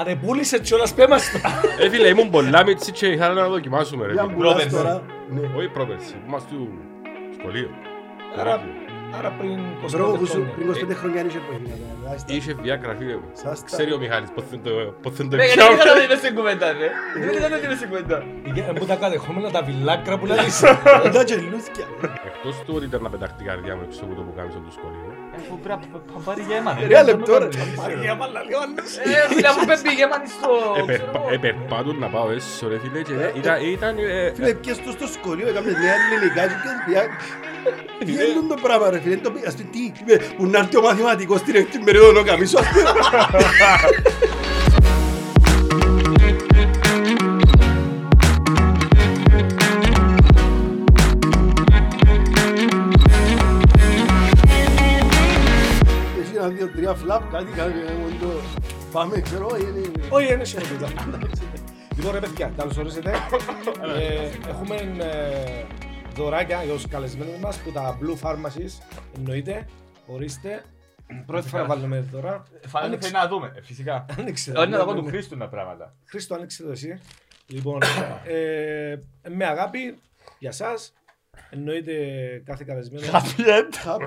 Ανεπούλησε κιόλας πέμας το. Ε, φίλε, ήμουν πολλά μίτσι και είχα να δοκιμάσουμε, ρε. Μια φίλε. μπουλάς Πρόπερση. τώρα. Ναι. Όχι πρόπερση, ήμασταν του σχολείου. Άρα, άρα πριν 25 Βρω που σου χρόνια. πριν 25 χρόνια είχε που έγινε. τώρα. Άστα. Είχε βιάκρα, φίλε μου. Σας τα- Ξέρει ο Μιχάλης πώς δεν το- πώς δεν το Ρε, Ναι, γιατί πιάω. δεν καταλαβαίνεις μες στην κουβέντα, ρε. Δεν καταλαβαίνεις στην κουβέντα. Ε, Για- Μου τα κατεχόμενα τα βιλάκρα που λαλείς. Ε, Κοντά και λούθηκια. Εκτός του ότι ήταν να πεταχτεί η καρδιά μου έξω από το πουκάμισο του σχολείου. Αφού πρέπει να πα- πάρει γέμα, ρε. Τρία λεπτό ρε. Μαρία, μάλλα, λέω, άνοιξε. Ε, φίλε, αφού πέμπει γέμα στο... Ε, Επερπα- Επερπάτουν να πάω έσω, ρε φίλε. και Ε, ήταν- Ήταν... ε, ε, Φίλε, πιες τους στο σχολείο, έκαμε νέα ελληνικά και πιες πια. Τι Φίλε. είναι το πράγμα ρε φίλε, το πει- ας πει τι, είπε, που να έρθει ο μαθηματικός στην έκτη περίοδο να καμίσω. ας πούμε. Έχει ένα, δύο, τρία φλαπ, κάτι, κάτι, εγώ το πάμε, ξέρω, είναι... Όχι, είναι σιωπή. Λοιπόν, ρε παιδιά, καλώς ορίσατε. Ε, Έχουμε ε, δωράκια για τους καλεσμένους μας που τα Blue Pharmacies εννοείται. Ορίστε. Πρώτη φορά βάλουμε δωρά. Φανέλη Άνοιξε- θέλει να δούμε, ε, φυσικά. Άνοιξε. Όχι να τα πω του Ναι. Χρήστου τα πράγματα. Χρήστο, άνοιξε το εσύ. Λοιπόν, ε, με αγάπη για σας. Εννοείται κάθε καλεσμένο. Happy end.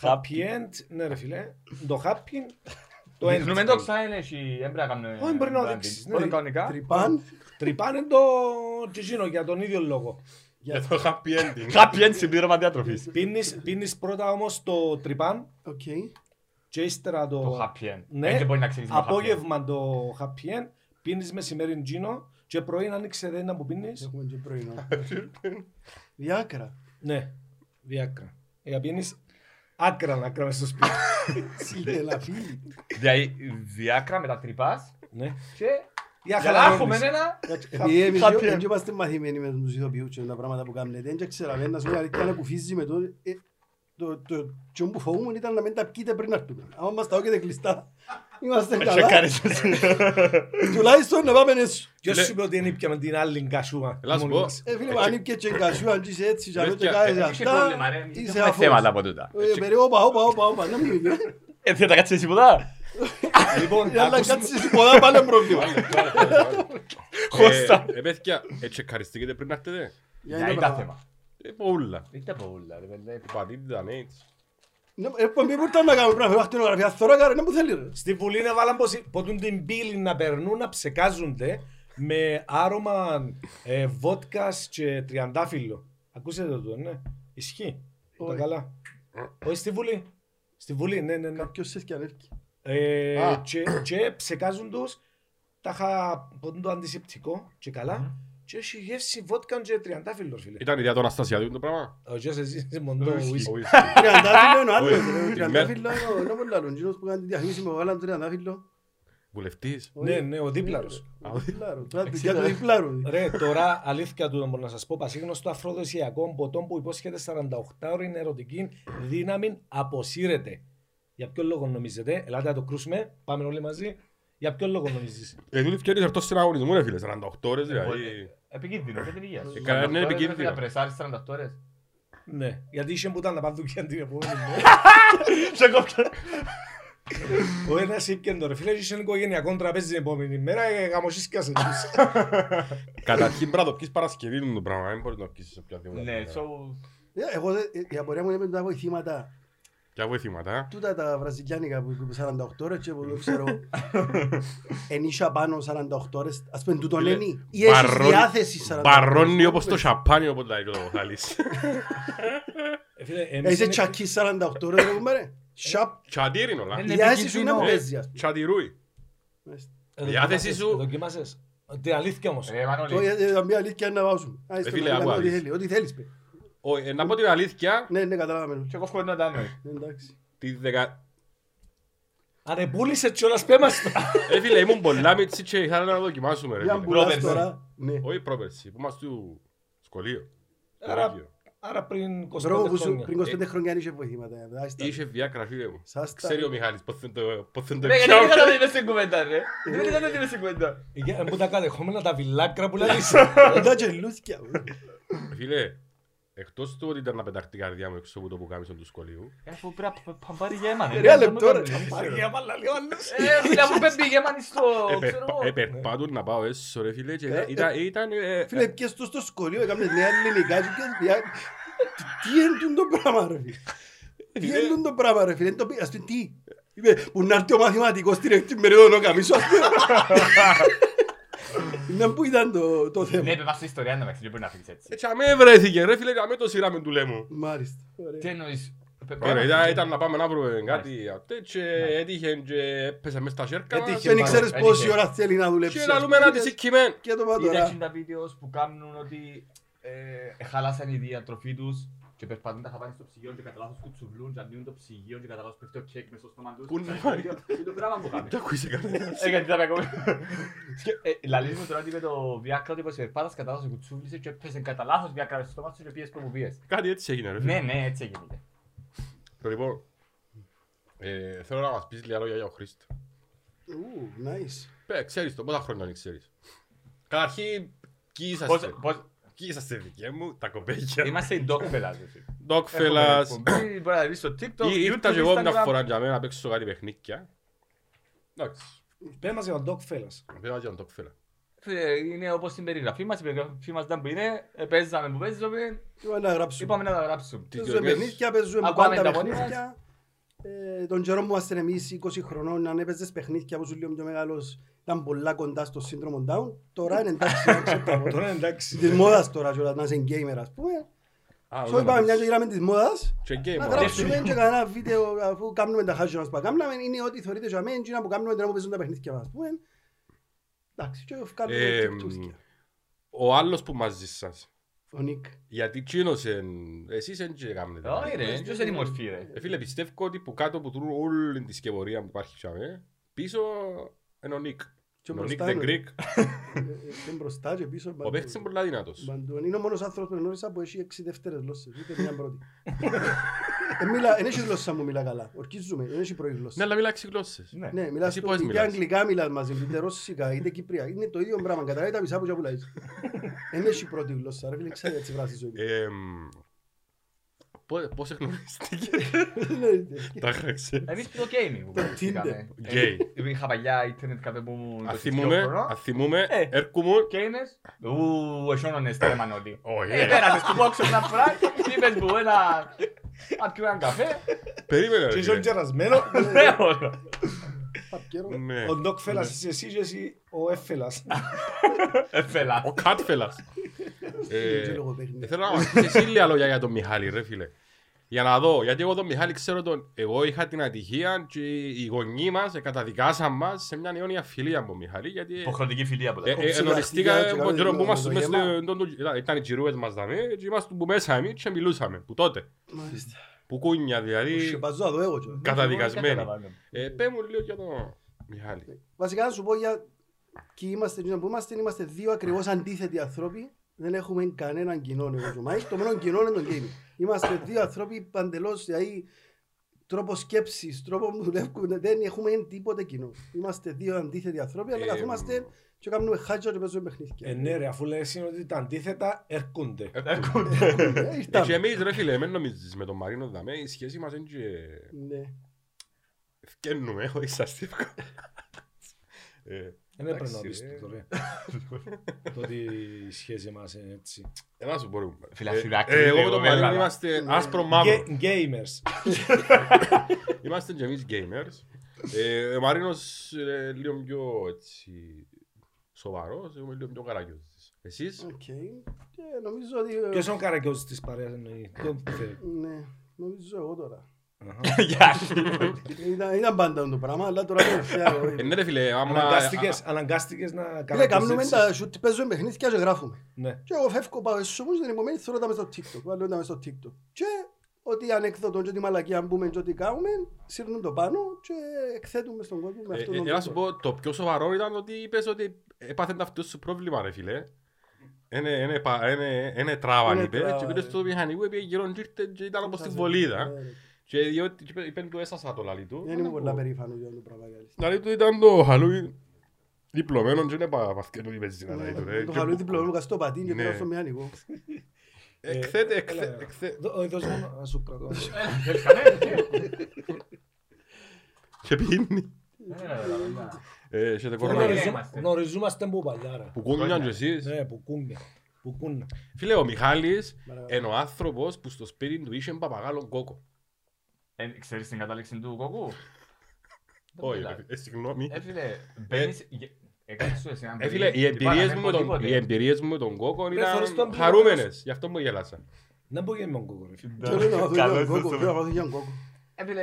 Happy end. Ναι, ρε φιλέ. Το happy. Το end. Δείχνουμε το ξάιν έχει, δεν πρέπει να κάνουμε... Όχι, μπορεί να δείξεις, ναι. Όχι, κανονικά. Τρυπάν. Τρυπάνε το τζιζίνο για τον ίδιο λόγο. Για το happy ending. Happy end συμπλήρωμα διατροφής. Πίνεις, πίνεις πρώτα όμως το τρυπάν Οκ. και ύστερα το... Το happy end. Ναι. Ε, και μπορεί να ξέρεις με happy end. Απόγευμα το happy end. Πίνεις μεσημέρι τζίνο και πρωί να ανοίξεις ένα που πίνεις. Έχουμε και πρωινό. Διάκρα. Ναι, διάκρα. Για πίνεις άκρα να κράσεις στο σπίτι. Ναι. Σιλελαφίλη. Δηλαδή, διάκρα με τα τρυπάς ναι. και... Για Για να έχουμε ναι. χαλαρώνεις. ένα... Επειδή Ε, εμείς Happy δεν end. είμαστε μαθημένοι με τους ηθοποιούς και τα πράγματα που κάνετε, δεν ξέραμε να σου λέει αλήθεια να κουφίζει με το... ε, το- Το τσιόν που φοβούμουν ήταν να μην τα πείτε πριν να έρθουμε. Άμα μας τα όκετε κλειστά, είμαστε καλά. Τουλάχιστον να πάμε έσω. Ποιος Λε- σου είπε ότι δεν ήπιαμε την άλλη κασούα. Έλα, Ναι. σου πω. μόλις. Ε, φίλε μου, αν ήπιε και κασού, αν είσαι έτσι, και αν Λες και- ούτε κάνεις ε, Έχει πρόβλημα, ρε. αυτά, είσαι Έχουμε αφούς. θέματα από τούτα. Ε, περί, όπα, όπα, όπα, όπα, να μην είναι. Ε, δεν τα κάτσεις τίποτα. Λοιπόν, Αλλά άκουσε- κάτσεις πολλά πάλι πρόβλημα. Χώστα. Ε, παιδιά, ε, τσεκαριστήκετε πριν να έρθετε. Για Ναι, ένα ήταν πράγμα. θέμα. Ε, πολλά. Δεν τα πω όλα, ρε παιδιά. Πατήτητα, ναι, έτσι. Ναι, ε, πω, μη μπορείτε να κάνουμε πράγμα, ακτινογραφία, θώρακα, ρε, ναι, που θέλει, ρε. Στη Βουλή να βάλαν πως ποτούν την πύλη να περνούν, να ψεκάζονται με άρωμα ε, βότκας και τριαντάφυλλο. Ακούσατε το, ναι. Ισχύει. Το Όχι. καλά. Ε. Όχι στη Βουλή. Στη Βουλή, ναι, ναι, ναι. Κάποιος σε σκιανέρκει. Ε, Α. και, και ψεκάζουν τους, τα είχα ποτούν το αντισηπτικό και καλά. Και έχει γεύση βότκα και τριαντάφυλλο, φίλε. Ήταν ιδέα του Αναστασιαδίου το πράγμα. Ο Γιώργος εσύ είσαι μοντό Ο ουίσκι. whisky. Τριαντάφυλλο είναι ο άλλος, Όχι, ρε, ο η Ναι. τριαντάφυλλο ε, είναι ο- είναι ο πολλαλός, εκείνος που κάνει τη διαφήμιση με βάλαν τριαντάφυλλο. Βουλευτής. Όχι. Ναι, ναι, ο δίπλαρος. Ο διπλάρος, τώρα δουλειά του διπλάρου. Ρε, τώρα αλήθεια του μπορώ να σας πω. Πασίγνωστο αφροδοσιακό ποτό που υπόσχεται 48 ώρες ερωτική δύναμη αποσύρεται. Για ποιο λόγο νομίζετε, ελάτε να το κρούσουμε, πάμε όλοι μαζί. Για ποιο λόγο νομίζεις. Ε, δούλευε και έρθω στον αγωνισμό, ρε φίλε. 48 ώρες, δηλαδή. Επικίνδυνο, για την υγείας σου. Ε, καλά, είναι επικίνδυνο. Να πρεσάρεις 48 ώρες. ναι, γιατί είχε που ήταν να πάνε δουλειά την επόμενη μέρα. Ο ένας είπε το ρε φίλε, είχε οικογενειακό τραπέζι την επόμενη μέρα, ε, γαμοσίσκασε τους. Καταρχήν πρέπει να το πεις Παρασκευή είναι το πράγμα. Δεν μπορείς να το πεις σε οποιαδήποτε Ναι, μέρα. so... Ε, εγώ δεν- ε, η απορία μου είναι με τα βοηθήματα. Και από βοηθήματα, ε. α. Τούτα τα βραζιλιάνικα που είπε 48 ώρες και που δεν ξέρω. Εν είσαι πάνω 48 ώρες, ας πούμε τούτον Ναι. Φίλε, είναι ή έχεις μπαρώνει- διάθεση 48 ώρες. Μπαρώνει όπως το σαπάνι όποτε λέει το θάλεις. Ε, φίλε, Ε, εμείς Είσαι είναι- τσακίς 48 ώρες, ρε, πούμε, ρε. Σαπ, Τσαντήρ είναι όλα. Ε, Είναι η διάθεση σου είναι επικίνδυνο. που Ε, παίζει, ας πούμε. Τσαντηρούι. Ε, δοκιμάσες, διάθεση σου- ε, Δοκιμάσες. Τι αλήθεια όμως. Ρε Το- Μανώλη, ε, ε, Ήταν μια αλήθεια να βάζουν. Α, είστε φίλε, να κάνετε άκου, ό,τι άκου. θέλει, ό,τι θέλεις. παι. Ω, ε, Να πω την αλήθεια, Ναι, ναι, καταλάβαμε. και εγώ φκόνω να τα νόη. Ναι, Εντάξει. τη δεκα- Ανεπούλησε κιόλας πέμας το. Ε, φίλε, ήμουν πολλά μίτσι και είχα να δοκιμάσουμε, ρε Μια φίλε. μπουλάς Πρόπερση. τώρα. Ναι. Όχι πρόπερση, που είμαστε του σχολείου. Ε, Το Άρα- Ράγιο. Άρα πριν 25 Μπράβο που σου χρόνια. πριν 25 χρόνια είχε βοηθήματα. ε, δάστα. Ε, Είχε βιάκρα, φίλε μου. Σας Ναι, τα- Ξέρει ο Μιχάλης πώς δεν το- πώς δεν το Ρε, γιατί πιάω. δεν καταλαβαίνεις μες στην κουβέντα, ρε. Δεν καταλαβαίνεις μες στην κουβέντα. Ε, Για- Που τα κατεχόμενα τα βιλάκρα που λαλείς. Κοντά και λούθηκια, ε. Φίλε, Εκτός του ότι ήταν να πεταχτεί η καρδιά μου έξω από το πουκάμισο του σχολείου. Ε, Αφού πρέπει να παμπάρει γεμάνι. Ρε, λεπτό, ρε. Μαρία Παλαλιώνης. Ε, φίλε, αφού πέμπει γεμάνι στο... Ε, ξέρω εγώ. Επερπάτουν να πάω έσω ρε φίλε και Ε, ήταν- ήταν... ε, ε, Φίλε, πιες το στο σχολείο, έκαμε νέα ελληνικά και πιες πια... Τι είναι το πράγμα ρε φίλε. Τι Ε, είναι το πράγμα ρε φίλε. Το πει- Ας πει τι. Είπε, Που να έρθει ο μαθηματικός στην έκτη μερίδα να καμίσω. ας πούμε. Να που ήταν το- το Ναι, θέμα. είπε, μας στην ιστορία να με δεν μπορεί να φύγεις έτσι. Ε, και αμέ βρέθηκε ρε φίλε, και αμέ το σειράμε του λέμου. Μάλιστα. Ωραία. Τι εννοείς. Ωραία, ε, ήταν- ήταν να πάμε να βρούμε κάτι αυτέ και έτυχε και έπεσε μες στα σέρκα μας. Έτυχε. Δεν ήξερες Έτυχε. πόση ώρα θέλει να δουλέψει. Και ας λαλούμε να πούμε, τη σηκημέν. Και το πάω Είδα τώρα. εκείνα τα βίντεο που κάνουν ότι ε, χαλάσαν η διατροφή τους και περπατούν τα χαπάνια στο ψυγείο και κατά λάθος κουτσουβλούν και αντίον το ψυγείο και κατά λάθος πέφτει ο κέικ μες στο στόμα τους. Πού να Είναι πάει. το πράγμα που κάνουν. Δεν ακούγεσαι κανένας. Ε, γιατί θα με ακούει. Ε, Λαλείς μου τώρα ότι με το Viagra ότι πως περπάτας κατά λάθος κουτσούβλησε και έπαιζε κατά λάθος Viagra στο στόμα σου και πήγες προμοβίες. Κάτι έτσι έγινε ρε Ναι, φίλε. ναι, έτσι έγινε. Το Λοιπόν, ε, θέλω να μας πεις λίγα λόγια για ο Χρήστο. Ου, nice. Ε, Ξέρεις το, πόσα χρόνια είναι ξέρεις. Καταρχήν, ποιοι Πώς- είσαστε. πώς- Ποιοι είσαστε δικαί μου, τα κοπέκια. Είμαστε οι dog fellas. εσύ. Dogfellas. Έχουμε εκπομπή, Μπορεί να δεις στο TikTok, Ή- Ήρθα YouTube, και εγώ μια Instagram. φορά για μένα να παίξω κάτι παιχνίκια. Εντάξει, Πες μας για τον Doc Fellas. πήρα και τον Dogfella. Φίλε, είναι όπως στην περιγραφή μας, η περιγραφή μας ήταν που είναι, ε, παίζαμε που παίζαμε, Τι πάμε να γράψουμε. είπαμε να τα γράψουμε. Τι- Παίζουμε παιχνίδια, παίζουμε Ακούαμε πάντα τα μόνοι παιχνίδια. Ε, Τον καιρό μου ήμασταν εμείς 20 χρονών, αν έπαιζες παιχνίδια που σου λίγο πιο μεγάλος, ήταν πολλά κοντά στο σύνδρομο Down. Τώρα είναι εντάξει, να ξέρω τα μόνα. Τώρα εντάξει. της μόδας τώρα κιόλας, να είσαι gamer ας πούμε. Α, So ωραία, είπαμε μια να και γυράμε της μόδας, πεις. Και να game, ωραία. γράψουμε και κανένα βίντεο αφού κάνουμε τα χάζια μας που κάνουμε, είναι ότι θεωρείται για μένα, εκείνα που κάνουμε τώρα που παίζουν τα παιχνίδια μας, ας πούμε. Εντάξει, και Ε, κάνουμε τσουτσουσκια. Ο άλλος που μαζί σας. Ο Νίκ. Γιατί τσίνος εν- εσείς δεν και κάνετε. Όχι ρε, ποιος είναι η μορφή ρε. Ε, φίλε, πιστεύω ότι που κάτω από τούτο όλη τη σκευωρία που υπάρχει πια, ε, πίσω είναι ο Νίκ. Και Ο Νίκ μπροστά the είναι ο Greek. Ε, ε, Και μπροστά και πίσω. Ο μπαντού. παίχτης είναι πολλά δυνατός. Μπαντού. Είναι ο μόνος άνθρωπος που γνώρισα που έχει έξι δεύτερες γλώσσες. Ούτε μια πρώτη. Ε, μίλα- Εν έχεις γλώσσα μου μιλά καλά. Ορκίζουμε. Εν έχει πρωί Ναι, γλώσσα. αλλά μιλάει έξι γλώσσες. Ναι. Ναι, μιλάς Εσύ το- πώς είτε μιλάς? αγγλικά μιλάς μαζί μου, είτε ρωσικά, είτε κυπριακά. Είναι το ίδιο πράγμα. Καταλάβει τα μισά που και πουλάει. Εν έχει πρώτη γλώσσα. Ρε φίλε, ξέρει έτσι φράσεις ζωή. Ε, μ, πο- Πώς εγνωριστήκε Ναι, τα χρέξε. Εμείς το gaming που Το παρακολουθήκαμε. Tinder. Ε, Gay. ε, Είχα παλιά internet καφέ που ήμουν Αν 22 θυμούμε, χρονών. αν θυμούμε, Ε. έρχομαι. Gamers. Ου, εσώνονες τρέμα νότι. Όχι, Ε, ε. πέρασες του boxer μια φορά, είπες μου ένα... Αν πιω έναν καφέ, Περίμενε, Και ρε. είσαι ο φίλε. κερασμένο. ναι, όλα. Ναι. Ο Doc Fellas είσαι εσύ και εσύ ο Εφέλας. Εφέλα. Ο Κάτφελας. Ε, Θέλω να μας πεις εσύ λίγα λόγια για τον Μιχάλη, ρε φίλε. Για να δω, γιατί εγώ τον Μιχάλη ξέρω τον... Εγώ είχα την ατυχία και οι γονείς μας ε, καταδικάσαν μας σε μια αιώνια φιλία από τον Μιχάλη, γιατί... Υποχρεωτική φιλία από ε, τα ε, ψηλά, Ενοριστήκα και τον κάνουμε καιρό που το- ήμασταν το μες γεμά. στο- τον- τον- Ήταν οι τζιρούες μας δαμέ και ήμασταν που μέσα εμείς και μιλούσαμε, που τότε. Μάλιστα. Που κούνια δηλαδή, Σκεπαζώ, θα το έχω Ναι, κιόλας. καταδικασμένοι. Ε, Πέ μου λίγο για τον Ε, Μιχάλη. Βασικά να σου πω για και είμαστε εκείνο που είμαστε, είμαστε δύο ακριβώς αντίθετοι άνθρωποι. Δεν έχουμε κανέναν κοινό εγώ και ο Μάικ. Το μόνο κοινό είναι το gaming. Είμαστε δύο άνθρωποι παντελώς, δηλαδή τρόπο σκέψης, τρόπο που δουλεύουμε, δεν έχουμε τίποτε κοινό. Είμαστε δύο αντίθετοι άνθρωποι, αλλά Ε, καθόμαστε και κάνουμε χάτζα και παίζουμε Ε, παιχνίδια. ναι ρε, αφού λες είναι ότι τα αντίθετα έρχονται. ναι, Ε, Ε, Και Ήρθαμε. εμείς ρε φίλε, μην νομίζεις με τον Μαρίνο δαμέ, η σχέση μας είναι και... Ναι. Ευκαινούμε, έχω εισαστήφκο. Ε, Δεν έπρεπε να Εντάξει, πεις ρε. το ρε. Το ότι η σχέση μας είναι έτσι. Ένα σου μπορούμε. Φίλα, Ε, φυλάκι, ε, Εγώ λίγο, με τον μεγάλα. Μαρίνο είμαστε Ναι. άσπρο μαύρο. Γκέ- Gamers. Είμαστε και εμείς gamers. Ε, Ο Μαρίνος ε, λίγο πιο έτσι σοβαρός, εγώ είμαι λίγο πιο καραγιώδης. Εσείς, Οκ. Και νομίζω ότι. ε, Ποιος είναι ο καραγκιόζης της παρέας εννοεί. Ποιον θέλει. Ναι, νομίζω εγώ τώρα. Αχα. Ε, Γεια. Ήταν, ήταν πάντα το πράγμα, αλλά τώρα τελευταία. εγώ είμαι. ε, ναι ρε φίλε, άμα... Αναγκάστηκες, αναγκάστηκες να Φίλε, Ε, ναι, κάνουμε καραγκιόζεις. τα σουτ, παίζουμε παιχνίδια και γράφουμε. Ναι. Και εγώ φεύγω, πάω στους σωμούς, την επομένη θέλω τα μες στο TikTok. Βάλω τα μες στο TikTok. Και ό,τι ανέκδοτο και ό,τι μαλακία μπούμε και ό,τι κάνουμε, σύρνουν το πάνω και εκθέτουμε στον κόσμο με Ε, αυτόν ε, τον ε, Να σου τρόπο. πω, το πιο σοβαρό ήταν ότι είπες ότι έπαθεν αυτό σου πρόβλημα ρε φίλε. Είναι- είναι πα- Είναι είναι τράβαν Είναι είπε τράβαν, και πήρε ε. στο μηχανικό είπε γύρω και ήρθε και ήταν όπως στη Ναι. βολίδα. Και διότι και είπε- είπε του έσασα το λαλί του. Δεν είμαι πολλά περήφανο για αυτό το πράγμα. για αλήθεια. Λαλί του ήταν το χαλούι ναι, διπλωμένο και είναι πα- παθκένου η πεζίνα λαλί του. ρε. Ναι, Το Και χαλούι που- διπλωμένο στο πατίν και Ναι. πήρα στο μηχανικό. Ε, Εκθέτε, Έλα, εκθέ- έλα. εκθέ. Δω- όχι, δώσ' μου να σου κρατώ. Θέλεις κανένα. Και πίνει. Ναι, ναι, ναι, ναι, ναι. Ε, Έχετε κορονοϊό. Κορονοϊό. Γνωριζού- Γνωριζούμαστε που παλιά, ρε. Που κούνιαν κι εσείς. Ναι, που κούνε. Που κούνε. Φίλε, ο Μιχάλης Μπράβο. είναι ο άνθρωπος που στο σπίτι του είχε παπαγάλο κόκο. Ε, Ξέρεις την κατάληξη του κόκκου. Δεν Όχι, μιλάς. ρε, ε, συγγνώμη. Ε, φίλε, μπαίνεις... γε- έκανες σου εσύ έναν Ε, φίλε, παιδί, οι και εμπειρίες πάνε, μου πω με τον- τίποτε. οι εμπειρίες μου με τον κόκο θωρείς τον ήταν που- χαρούμενες. Γι' αυτό μου γελάσα. Να μπω και με τον κόκο, ρε. Θέλω να μάθω για Καλώς τον κόκο, ήρθατε. θέλω να μάθω για τον κόκο. Ε, φίλε,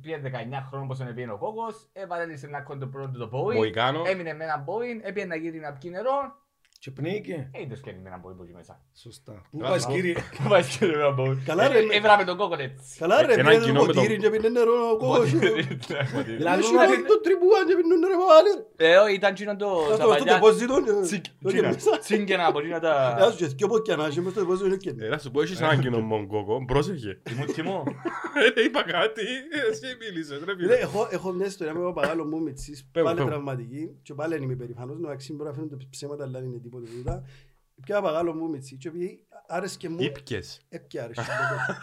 πήγε 19 χρόνων πως είναι πήγαινε ο κόκκος, ε, παρέλυσε ένα κοντοπρόν του το Boeing, Μποϊκάνο. έμεινε με ένα Boeing, έπιε να γύρει να πιει νερό, Και πνίγηκε. ε, είτε σκένει με ένα Boeing που εκεί μέσα. Σωστά. Πού Καλά, πας, μπράβο. κύριε. Και πάει και με ένα Boeing. Καλά, ρε, με- Έβραμε τον κόκκο έτσι. Καλά ρε, Ε, Έναν πρέπει κοινό με να τον- ποτήρι και πίνει νερό ο κόκος. Δηλαδή, Έχει όλο το τρυπουάν και πίνει νερό πάλι. Ε, όχι, ήταν τσίνο το... Ας στα το στο παλιά. τεπόζιτο. ε, το και Τσίνα. μέσα. Τσίγκαινα από τσίνα τα... Ας και δυο πόκια να έχει μες στο τεπόζιτο είναι Ε, κενό. Να σου πω, έχεις έναν κοινό με τον κόκο. Πρόσεχε. Τιμού, τιμού. Ε, Είπα κάτι. Εσύ μίλησες, ρε Ρε, φίλε. έχω- Έχω μια ιστορία με τον παπαγάλο μου με τσίς, Ε, Πέμπω, πάλι πέμπω. τραυματική και πάλι δεν είμαι περήφανος, εντάξει μπορεί να φαίνονται ψέματα αλλά δεν είναι τίποτα τούτα. Πια παπαγάλο μου με τσίς και επειδή άρεσκε μου, Ήπκες. έπια άρεσκε μου.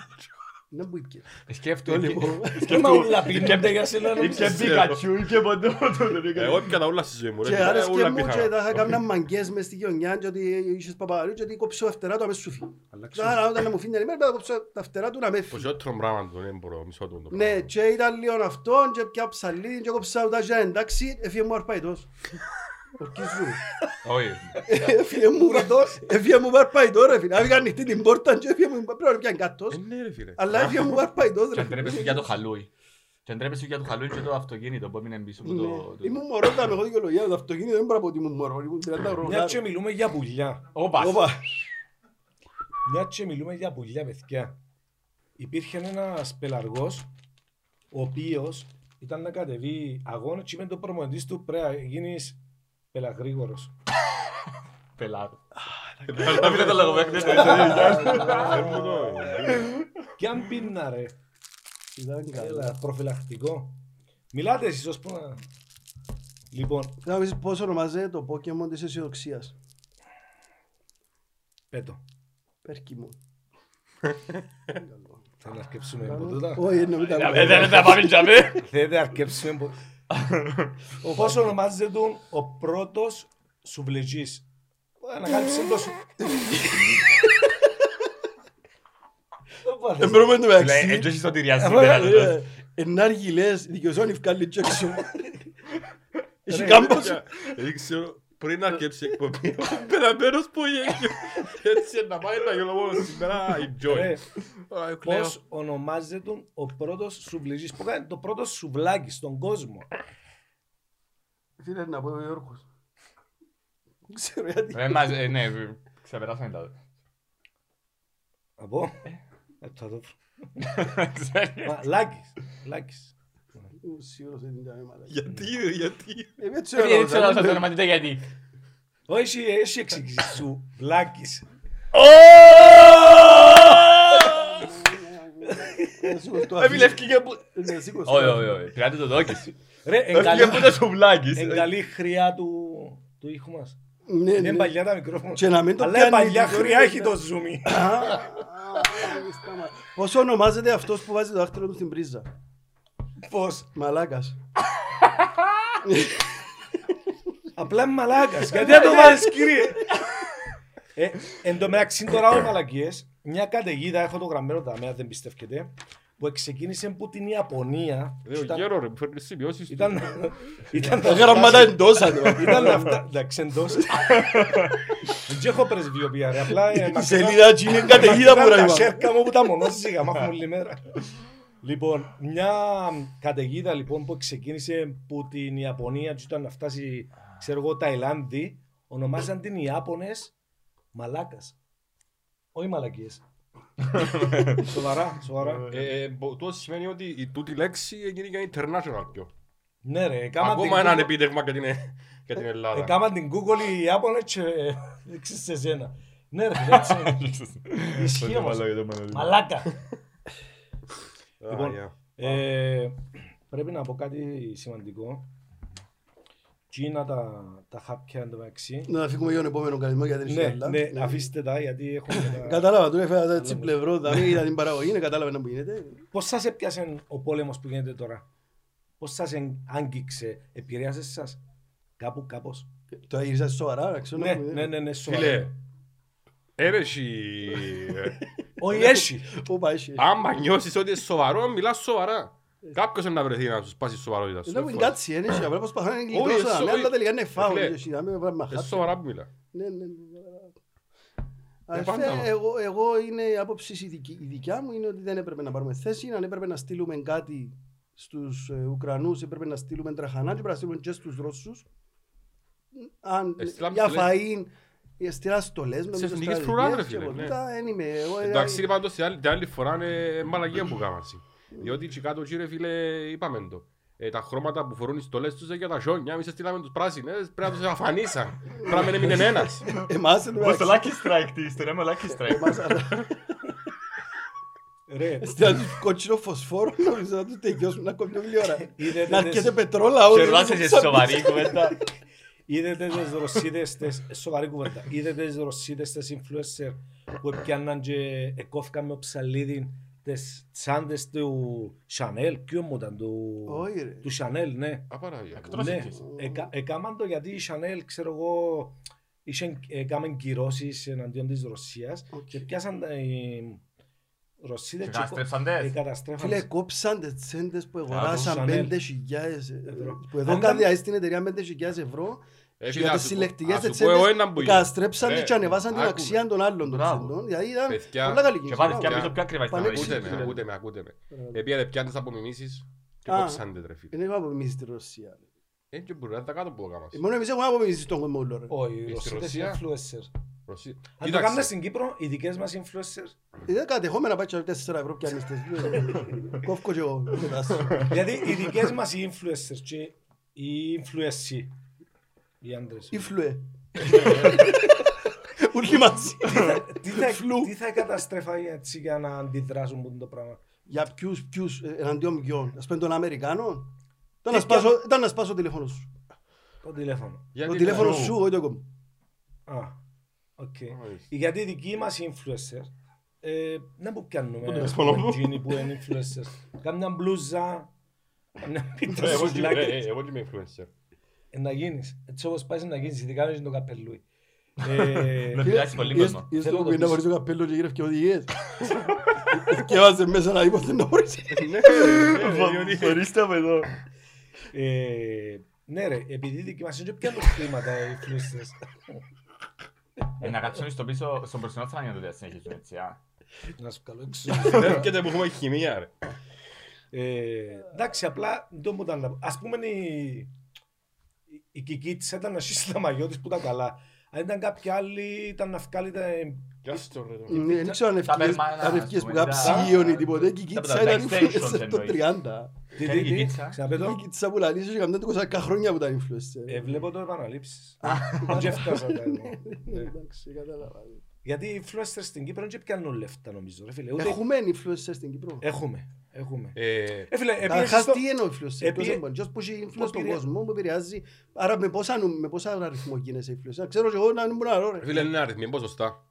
Να μου ήπια. Σκέφτομαι. Λοιπόν, Μα ούλα πίνονται για σένα, νομίζω. Ήπια Πικατσού, ήπια ποντό. Εγώ ήπια τα όλα στη ζωή μου. ρε, Και φίλε, άρεσκε ε, όλα μου πιθανά. και τα είχα κάνει μαγκές μες στη γειτονιά και ότι είχες παπαγάλο και ότι κόψω τα φτερά του αμέσως σου φύγει. Αλλάξε. Άρα όταν να μου φύγει την ημέρα, πρέπει να κόψω τα φτερά του να με φύγει. Ποσιότερο πράγμα του, δεν μπορώ, μισό τον το Ναι, πράγμα. και ήταν λίγο αυτόν και πια ψαλίδι και κόψα τα και εντάξει, έφυγε μου αρπαϊτός. Ορκίζου. Όχι. Έφυγε μου αρπαϊτός, έφυγε μου αρπαϊτός ρε φίλε. Άφηγα ανοιχτή την πόρτα και έφυγε μου, πρέπει να πιάνει Ε, κάτος. Ναι, ρε φίλε. Αλλά έφυγε μου αρπαϊτός Και ρε φίλε. ντρέπεσαι σου για το χαλούι. Και ντρέπεσαι σου για το χαλούι και το αυτοκίνητο που έμεινε πίσω από Ναι. το... το- Ήμουν μωρός, τα με έχω δικαιολογία, το αυτοκίνητο δεν μπορώ να πω ότι ήμουν μωρός, ήμουν 30 Μια χρονών. Ναι, και μιλούμε για πουλιά. Όπα. Όπα. Μια και μιλούμε για πουλιά, παιδιά. Υπήρχε ένα πελαργό, ο οποίος ήταν να κατεβεί αγώνα και με τον προμονητή του πρέπει να γίνεις πελαγρήγορος. Πελάρο. Αφήνε το λογοπαίχνη. Ε, μου το- Και αν πίνα, ρε, Ήταν καλά. έλα, προφυλακτικό. Μιλάτε εσείς ως που να. Λοιπόν, Θέλω να πεις πώς ονομάζεται το Pokemon της αισιοδοξίας. πέτω. Πέρκιμον. Θα να αρκεψούμε από τούτα. Όχι, να μην τα λέω. Δεν θα πάμε τζαμί. Θέλετε να αρκεψούμε από Ο Πώς ονομάζεται τον ο πρώτος σουβλετζής. Ανακάλυψε το σου. Το Ε, βάλες. μπορούμε να το μεταξύ. Έτσι έχει σωτηριαστεί. Ε, Ενάργυλες, δικαιοσύνη βγάλει και έξω. Έχει κάμπος. Δεν ξέρω, πριν αρκέψει η εκπομπή, ο πεθαμένος που είχε. Έτσι να πάει να γελώ μόνο σήμερα, enjoy. Ρε, Α, κλαίω. Ε, Πώς ονομάζεται τον ο πρώτος σουβλετζής. Που κάνει το πρώτο σουβλάκι στον κόσμο. Φίλε να πω ο Γιώργος. Δεν ξέρω γιατί. Ναι, ξεπεράσαμε τα... Από. Ε, θα το βρω. Ξέρεις. Μα, Λάκης. Λάκης. Ο Σύρος δεν ήταν μαλακά. Γιατί, γιατί. Ε, έτσι Δεν είναι, ξέρω να σας δεν- ονοματείτε γιατί. Όχι, έχει εξηγήσει σου. Λάκης. Ε, σήκω το Έφυλε αφήνω. ευκήγε που... Ε, σήκω το Όχι, αφήνω. όχι, όχι. Πειράτε το δόκις. Ρε, Ευκήγε που εγκαλή- το σουβλάκης. εγκαλή χρειά του του ήχου μας. Ναι, ναι. Είναι παλιά τα μικρόφωνα. Και να μην το Αλλά πιάνει παλιά η χρειά δικαιοσύνη. έχει το zoom. Α, α, σταμα- Πώς ονομάζεται αυτός που βάζει το δάχτυλο του στην πρίζα. Πώς. Μαλάκας. Απλά είναι Ε, μαλάκας. Γιατί ναι. δεν το βάζεις κύριε. Ε, Εν τω μεταξύ τώρα ο μαλακίες, μια καταιγίδα, έχω το γραμμένο τα μέρα, δεν πιστεύετε, που ξεκίνησε από την Ιαπωνία. Ρε, Ε, ο Ήταν- γέρο ρε, που φέρνει σημειώσεις του. Ήταν ήταν Τα να Ε, γραμμάτα φτάσει- εντός αν ήταν να φτάσει. Εντάξει, εντός. Δεν έχω πρεσβειοποιία, ρε. Απλά ε, Η να- σελίδα τσι είναι καταιγίδα Μα που κρατά ραγμά. Τα σέρκα μου που τα μονόσυγα, μάχουμε όλη μέρα. Λοιπόν, μια καταιγίδα λοιπόν που ξεκίνησε που την Ιαπωνία του ήταν να φτάσει, ξέρω εγώ, Ταϊλάνδη, ονομάζαν την Ιάπωνες Μαλάκας. Όχι μαλακίες. σοβαρά, σοβαρά. Ε, ε, μπο- Το σημαίνει ότι η τούτη λέξη έγινε και international πιο. ναι ρε, έκαναν την Ακόμα έναν Google- επίτευγμα για την ε- για την Ελλάδα. Έκαναν την Google οι Ιάπωνες και έξι σε σένα. Ναι ρε, έτσι. Ισχύει όμως. Μαλάκα. Α, Λοιπόν, yeah. Ε, πρέπει να πω κάτι σημαντικό. Τζίνα τα, τα χάπια εντωμεταξύ. Να φύγουμε για τον επόμενο καλισμό γιατί δεν Ναι, είναι ναι, αφήστε τα γιατί έχουμε. τα- Κατάλαβα, του έφερα τα έτσι πλευρό, τα μη είδα την παραγωγή, ναι, κατάλαβα να που γίνεται. Πώς σας έπιασε ο πόλεμος που γίνεται τώρα. Πώς σας εν- άγγιξε, επηρέασες σας κάπου κάπως. Το αγύρισα σοβαρά, να ξέρω. Ναι, που- ναι, ναι, ναι, σοβαρά. Φίλε, έρεσι. Όχι, έχει. Πού πάει, εσύ. Άμα νιώσεις ότι είναι σοβαρό, μιλάς σοβαρά. Κάποιος είναι να βρεθεί να σου σπάσει τη σοβαρότητα σου. Δεν μου κάτσει, είναι εσύ, απλά προσπαθώ να είναι Όχι, γλιτώσω, εσύ, αμέ, όχι. αλλά τελικά είναι φάουλ, Φίλε. εσύ, αμέ, βράμε Ε, μαχάτι. σοβαρά που μιλά. Ναι, ναι, ναι. Ε, πάντα όμως. Αδερφέ, εγώ, εγώ είναι η άποψη η δική- η δικιά μου είναι ότι δεν έπρεπε να πάρουμε θέση, αν έπρεπε να στείλουμε κάτι στους ε, Ουκρανούς, έπρεπε να στείλουμε τραχανά και πρέπει να στείλουμε και στους Ρώσους. Αν Ε, στείλαμε για στολές. φαΐν, ε, στείλα στολές με Σε με εθνική στρατηγές φρουρά, ρε και φίλε, από ναι. τούτα, εν είμαι, εγώ, ε, Εντάξει, πάντως την άλλη- την άλλη φορά είναι μαλαγία που κάναμε. Διότι και κάτω κύριε φίλε, είπαμε το. Ε, τα χρώματα που φορούν οι στολές τους είναι για τα ζώνια. Εμείς στείλαμε τους πράσινες, πρέπει να τους αφανίσαν. Πράγμα είναι μείνει ένας. εμάς, εν τω Όπως μεταξύ, το Lucky Strike, τη ιστορία με Lucky Strike. εμάς, αλλά Ρε, στείλα τους κότσινο φωσφόρο, νομίζω να τους τελειώσουμε να κόβει όλη ώρα. είδατε Να τις- αρκέται πετρόλα όλοι. Σε ρώτησε σε σοβαρή κουβέντα. Είδατε τις Ρωσίδες, τις- σοβαρή κουβέντα, είδατε τις Ρωσίδες, τις influencer που πιάνναν και εκόφηκαν με ψαλίδι τις τσάντες του Chanel, ποιο μου ήταν του... Όχι, ρε. Του Chanel, ναι. Απαραγία. Ναι, Εκτρώσικες. εκα- έκαναν το γιατί η Chanel, ξέρω εγώ, είχε, έκαναν κυρώσεις εναντίον της Ρωσίας Οκ. και πιάσαν τα- οι Ρωσίδες Και και καταστρέψαν τες. ε, καταστρέφαν. Φίλε, κόψαν τις τσέντες που Chanel. αγοράσαν 5.000 ευρώ. Που εδώ Αν κάτι ήταν- αίσθη την εταιρεία 5.000 ευρώ Ε, και φίλε, για ας τις σου πω- συλλεκτικές ας σου πω τσέντες εγώ έναν που Ε, γίνεται. καταστρέψαν Ρε, τις και ανεβάσαν την άκουμε. αξία των άλλων των Μπράβο. τσέντων. Δηλαδή ήταν Παιδιά, πολλά καλή κίνηση. Και βάλεις και παιδιά, Μπράβο. πιο ακριβά ήταν. Πανέξυπνη. Ακούτε με, Φίλε. ακούτε με, ακούτε με. Ε, Μπράβο. Επειδή πιάνεις από μιμήσεις και Α. κόψαντε τρε φίλε. Δεν έχουμε απομιμήσει στη Ρωσία. Ε, και μπορεί να τα κάτω που έκανα. Ε, Μόνο εμείς έχουμε απομιμήσεις στον κόσμο όλο. ρε. Όχι, οι Στη Ρωσίδες Ρωσία. influencer. Ρωσί- Αν το Κοίταξε, κάνουμε στην Κύπρο, οι δικές μας influencer Ε, Δεν κατεχόμενα πάει και 4 ευρώ πιάνεις τις δύο. Κόφκω και εγώ. κοιτάς. Γιατί Δηλαδή, οι δικές μας οι influencers και οι influencers, οι άντρες, Ήφλουε. Ούλοι μαζί. τι θα, φλου. τι θα καταστρέφα έτσι για να αντιδράσουν που το πράγμα. Για ποιους, ποιους, ε, εναντίον ποιον. Ας πούμε των Αμερικάνων. Τι Ήταν να σπάσω- Ήταν να σπάσω το τηλέφωνο σου. Το τηλέφωνο. γιατί Το είναι τηλέφωνο νου. σου, Ε, όχι το δικό μου. Α, οκ. Μάλιστα. Γιατί οι δικοί μας influencer, ε, να που πιάνουμε ας τηλέφωνο πούμε, μου. τζίνι που είναι influencers. Κάμια μπλούζα, κάμια πίτα Ε, εγώ και- σουβλάκι. ε, ε, Εγώ και είμαι influencer. Ε, Να γίνεις. Έτσι όπως πάει να γίνεις, ειδικά με το καπελούι. Ε, Με πειράζει πολύ κόσμο. Είσαι Θέλω να στο το κουμπί να πεις. χωρίς το καπέλο και γύρευκε οδηγίες. Σκεύασε μέσα να είπατε να χωρίς. Ναι, ρε, ναι, διότι- Ορίστε από εδώ. ε, ναι ρε, επειδή οι δικοί μας είναι και πιάνουν χρήματα οι influencers. Ε, Να κάτσουν στο πίσω, στον περσινό θράνιο το διασυνεχίζουν έτσι. α. Να σου καλώ Έρχεται που έχουμε χημεία, ρε. Ε, εντάξει, απλά δεν μου ήταν να πω. Ας πούμε η, η- η Κικίτσα ήταν να σύσει τα μαγιό της που ήταν καλά. Αν ήταν κάποια άλλη ήταν να βγάλει τα... Κι ας το, ρε, το. Ναι, Δεν ξέρω αν ευκαιρίες- περμάνα, αν ευκαιρίες που ας πούμε, κάψει τα- ή όνει τίποτε. Και η τα- τα Κίτσα ήταν backstage influencer shows το εννοείς. 30. Τι, Κάνει τι, η τι, Κικίτσα. ξαναπέτω. Η Κίτσα που λαλείς και καμιά 20 χρόνια που ήταν influencer. Ε, Βλέπω το επαναλήψεις. Και φτάσα τα εδώ. Ναι, Ναι. εντάξει, κατάλαβα. Γιατί οι influencers στην Κύπρο δεν πιάνουν λεφτά νομίζω. ρε φίλε. Ούτε- Έχουμε influencer στην Κύπρο. Έχουμε. Έχουμε. Ε, Ε, φίλε, επίσης Καταρχάς το- τι εννοώ influencer, επί- ποιος εμπορικός, ποιος που έχει influence στον επηρεά- κόσμο, που επηρεάζει. Άρα με πόσα νου- με πόσα αριθμό γίνεσαι influencer. Ξέρω και εγώ να μην μπορώ να ρω, ρε. Φίλε, είναι αριθμοί, ποσοστά.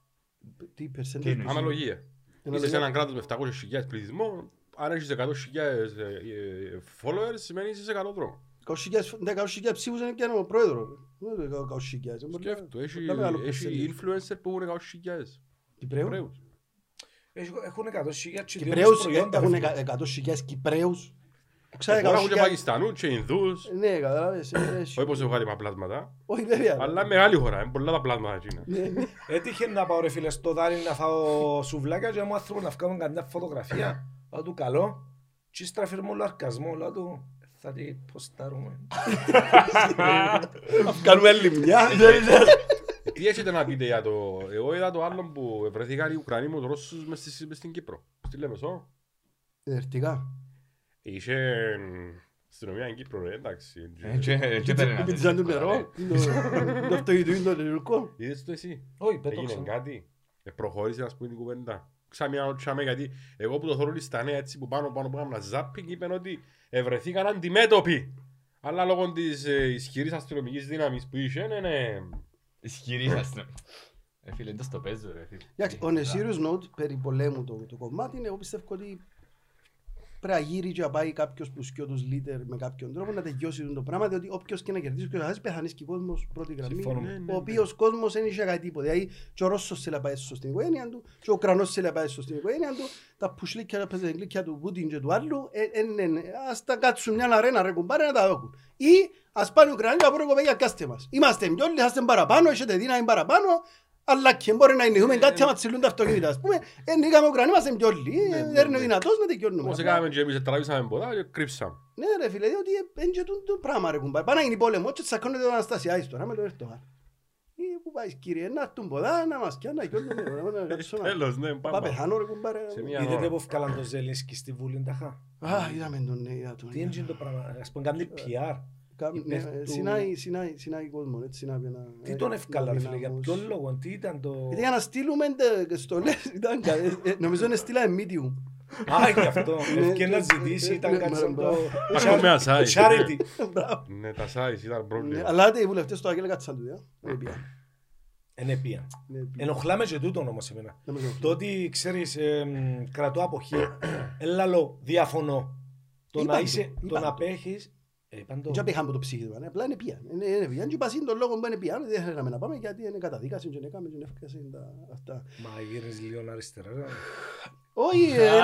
Τι Τι percentage. εννοείς. Αναλογία. Είσαι σε Αναλογία. έναν κράτος με 700.000 πληθυσμό, αν έχεις 100.000 ε, ε, followers, σημαίνει είσαι σε καλό δρόμο. Καουσικιάς, ναι, καουσικιάς ψήφους είναι και ένα πρόεδρο. Δεν είναι καουσικιάς. είναι πολύ- Σκέφτο, έχει, πολύ μεγάλο έχει percentage. influencer που έχουν 100.000. Κυπρέους. Ωραίους. Έχουν- Έχουν 100.000 και Κυπρέους προϊόντα, έχουν ρε φίλε. εκα- εκατόσιγκιάς Κυπρέους. Ξέρα Μπορεί να έχουν και εκατόσιγκιάς. Πακιστανούς και Ινδούς, Ναι, καταλάβες. ε, όχι έχει- πως έχω κάτι πλάσματα. Όχι βέβαια. Αλλά μεγάλη χώρα, είναι πολλά τα πλάσματα εκείνα. Ναι, ναι. Έτυχε να πάω ρε φίλε στο δάρι να φάω σουβλάκια και μου άνθρωπος να βγάλω καμιά φωτογραφία. Λέω του καλό. Και στραφήρ μου όλο αρκασμό. Λέω του θα τη ποστάρουμε. Κάνουμε άλλη μια. Τι έχετε να πείτε για το... Εγώ είδα το άλλο που βρεθήκαν οι Ουκρανοί με τους Ρώσους μες στη- μες στην Κύπρο. Στη Λεμεσό. Ερτικά. Είχε εμ, αστυνομία στην Κύπρο, ρε, εντάξει. Ε, και- και περνάνε. Πιτζάν του νερό. Το- Το αυτοκίνητο είναι το νερικό. Είδες το εσύ. Όχι, πέτω Έγινε ξανά. κάτι. Ε, προχώρησε να πούμε την κουβέντα. Ξαμιά ο Τσάμε, γιατί ναι, εγώ που το θεωρώ στα νέα έτσι που πάνω πάνω που έκανα ζάπινγκ είπαν ότι ευρεθήκαν αντιμέτωποι. Αλλά λόγω ε, τη ισχυρής αστυνομικής δύναμης που είχε, ναι, ναι. Ισχυρίσαστε. Ε, φίλε, δεν το παίζω, ρε φίλε. Εντάξει, on a serious note, περί πολέμου το, το κομμάτι είναι, εγώ πιστεύω ότι πρέπει να γύρει και να πάει κάποιος που σκιό τους leader με κάποιον τρόπο να τελειώσει το πράγμα. Διότι όποιος και να κερδίσει, ποιο να χάσει, πεθανεί και ο κόσμος πρώτη γραμμή. Συμφωνούμε. Ο οποίος κόσμος δεν είχε κάτι τίποτα. Δηλαδή, και ο Ρώσος θέλει να πάει στο στην οικογένεια του, και ο Ουκρανός θέλει να πάει στο στην οικογένεια του, τα πουσλίκια, τα πεζεγκλίκια του Πούτιν και του άλλου, ε, α ναι. τα κάτσουν μια αρένα, ρε κουμπάρε να τα δώκουν. Ή ας πάνε οι Ουκρανοί να πούνε κοπέλια, κάστε μας. Είμαστε μοιόλοι, είμαστε παραπάνω, έχετε δύναμη παραπάνω, αλλά και μπορεί να εννοούμε Ε, κάτι άμα τσιλούν τα αυτοκίνητα. Ας πούμε, Ε, εννοήκαμε Ουκρανοί, είμαστε μοιόλοι, Ναι, δεν είναι Ε, δυνατός να Όπω δικαιώνουμε. έκαναμε και εμεί, τραβήσαμε πολλά και κρύψαμε. Ναι ρε φίλε, διότι είναι και τούτο το πράγμα ρε κουμπάρε. Πάει να γίνει πόλεμο και τσακώνεται ο Αναστασιάδης τώρα με τον Ερτογάν. Ή Ε, που πάει κύριε, να έρθουν ποδά, να μας πιάνε, να γιώνουμε, να κάτσουμε. Τέλο, ναι, Πά πάμε. πεθάνω ρε κουμπάρε. Σε μια Είδατε ώρα. που βγάλαν το Ζελίνσκι στη Βουλή ταχά. Α, είδαμε τον, ναι, είδα τον. Τι έγινε το πράγμα, ας πούμε κάνει PR. Κάμ- ναι, υπέρ ε, του- Συνάει, συνάει, συνάει κόσμο, έτσι συνάει ένα... Τι τον ευκάλα ρε φίλε, για ε, δυναμός. Ε, ποιον λόγο, τι ήταν το... Γιατί για να στείλουμε τε- στολές, ήταν κα- ε, ε, νομίζω είναι στείλα εμμύτιου. Α, γι' αυτό, Ναι, ευκαιρία να ναι, ζητήσει, ναι, ήταν ναι, κάτι ναι, σαν το... μπράβο. Ακούμε ένα site, Charity. Μπράβο. Ναι, τα size ήταν Ναι, πρόβλημα. Αλλά τε, οι βουλευτές του Άγγελα κάτσαν του, ε. Δεν πήγαν. Είναι πία. Δεν πήγαν. ναι, Ενοχλάμε και τούτον όμως εμένα. Δεν μας ενοχλεί. Το ότι ξέρεις, εμ, κρατώ αποχή, έλα λέω, διαφωνώ. Το Είπαν να το, είσαι, είπαν το να το. παίχεις, ε, είπαν το. Δεν πήγαν από το ψυχή του, ε, απλά είναι πήγαν. Είναι- Είναι πήγαν και πασίν τον λόγο που είναι πήγαν, δεν θέλαμε να πάμε γιατί είναι καταδίκασαν και έκαμε και έφκασαν τα- αυτά. Μα γύρνεις λίγο αριστερά. ρε. Όχι, ε, δεν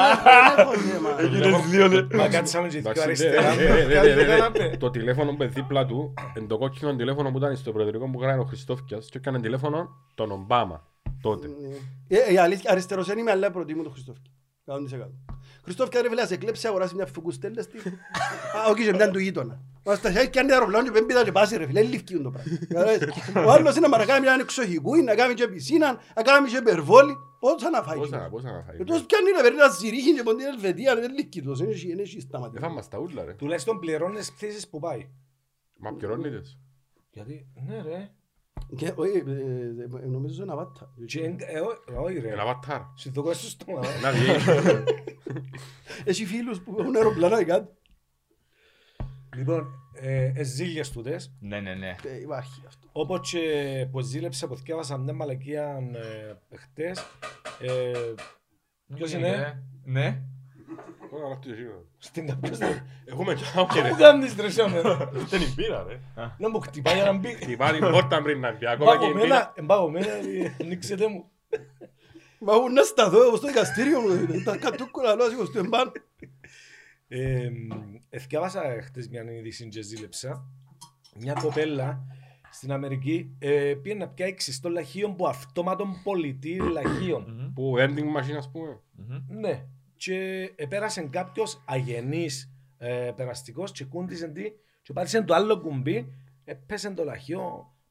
έχω θέμα. Μα κάτσαμε και Εντάξει, δυο ναι, ναι, ναι, αριστερά. ναι, ναι, ναι, ναι. κάναμε. Το τηλέφωνο που δίπλα του, εν το κόκκινο τηλέφωνο που ήταν στο προεδρικό που έκανε ο Χριστόφκιας, και έκανε τηλέφωνο τον Ομπάμα τότε. Ε, ε, η αλήθεια- Αριστερός δεν είμαι, αλλά προτιμώ τον Χριστόφκη. 100%. Χριστόφκη, ρε φίλε, ας εκλέψει, αγοράσει μια φουκουστέλα στη... Α, όχι, σε μια του γείτονα. Ο Αναστασιάδης πιάνει αεροπλάνο και πέμπει τα και πάσει, ρε φίλε, είναι λευκή είναι το πράγμα. Καταλάβες. Ο άλλος είναι να μαρακάνει μια εξοχικού, να κάνει και πισίνα, να κάνει και υπερβόλη. Πόσα να φάει. Πόσα, πόσα να φάει. ναι. Και τόσο πιάνει ρε παίρνει να ζυρίχει και ποντεί Ελβετία, ρε, δεν λύκει τόσο, δεν έχει- δεν έχει σταματήσει. Έφαμε στα ούλα, ρε. Τουλάχιστον πληρώνεις θέσεις που πάει. Μα πιερώνητες. Γιατί, ναι ρε. Και, όχι, ε, ε, ε, νομίζω είναι αβάτα. Και εν- ε, ό- ε, Όχι ρε. Ένα βατάρ. Σου το κόβεις στο στόμα. ε. Ένα βιέι. Έχει φίλους που έχουν αεροπλάνα ή κάτι. Λοιπόν, ε, ε, ζήλιες τούτες. Ναι, ναι, ναι. Ε, Υπάρχει αυτό. Όπως και που ζήλεψα που θυκεύασα μια μαλακία ε, χτες. Ε, Ποιος είναι? Ναι. Τώρα να χτύσεις εσύ, ρε. στην καπνίστρα. Έχουμε κι άλλο, Τι ρε. μου κάνεις ρε σιόνε. Δεν είναι μπύρα, ρε. Να μου χτυπάει για να μπει. Χτυπάει την πόρτα πριν να μπει. Ακόμα και η μπύρα. Παγωμένα, εμπαγωμένα, ε, ανοίξετε μου. Μα εγώ να σταθώ στο δικαστήριο μου, τα κατούκουλα λόγω στο εμπάν. Ε, Εθιάβασα χτες μια είδηση και ζήλεψα. Μια κοπέλα στην Αμερική ε, πήγε να πιάει ξυστό λαχείο που αυτόματον πολιτεί λαχείων. Που vending machine, ας πούμε. Ναι. Και επέρασε κάποιος αγενής ε, περαστικός και κούντισε τι. Και πάτησε το άλλο κουμπί, έπεσε το λαχείο.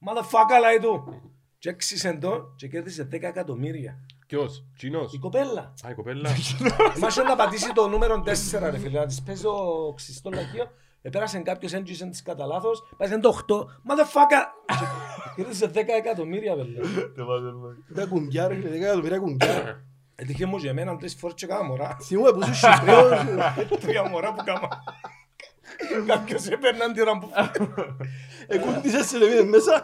Motherfucker, λέει του. Και έξισε το και κέρδισε 10 εκατομμύρια. Ποιος, Τσινός. Η κοπέλα. Α, η κοπέλα. Μάσε να πατήσει το νούμερο 4, ρε φίλε. Να της παίζει ο ξυστό λαχείο. Επέρασε κάποιος, έντζησε τη κατά λάθος. Πάτησε το 8. Motherfucker. Και κέρδισε 10 εκατομμύρια, βέβαια. Τα κουμπιά ρε, δεν κάνω πειρά κουμπιά. Έτυχε μου για εμένα τρεις φορές και κάνα μωρά. Θυμούμε που είσαι Σιπρέος. Τρία μωρά που κάμα. Κάποιος έπαιρνε την ώρα που Εκούντισες σε λεβίδες μέσα.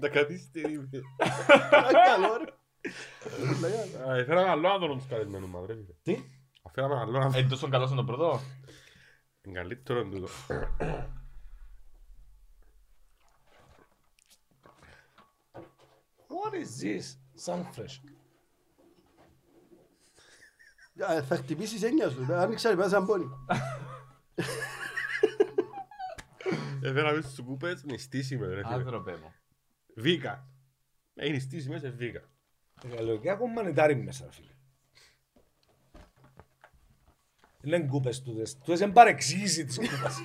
Τα καθυστερεί. Α, Καλό ρε. Τα κάνω. Α, Έφεραμε ένα Ε, άλλο άδωνο τους καλεσμένους μας, ρε. φίλε. Τι? Αφέραμε ένα άλλο άδωνο. Ε, τόσο καλός στον πρώτο. Είναι Καλύτερο είναι τούτο. What is this? Sun fresh. Α, Θα χτυπήσεις έννοια σου, άνοιξα ρε, πάει σαν πόνι. Έφεραμε στους κούπες με στήσιμες, ρε. φίλε. Άνθρωπε μου. Βίκα. Είναι ε, στήσιμες μέσα βίκα. Γαλλιοκιά έχουν μανιτάρι μέσα, ρε φίλε. Είναι κούπες τούτες. Τούτες είναι παρεξήγηση της κούπας.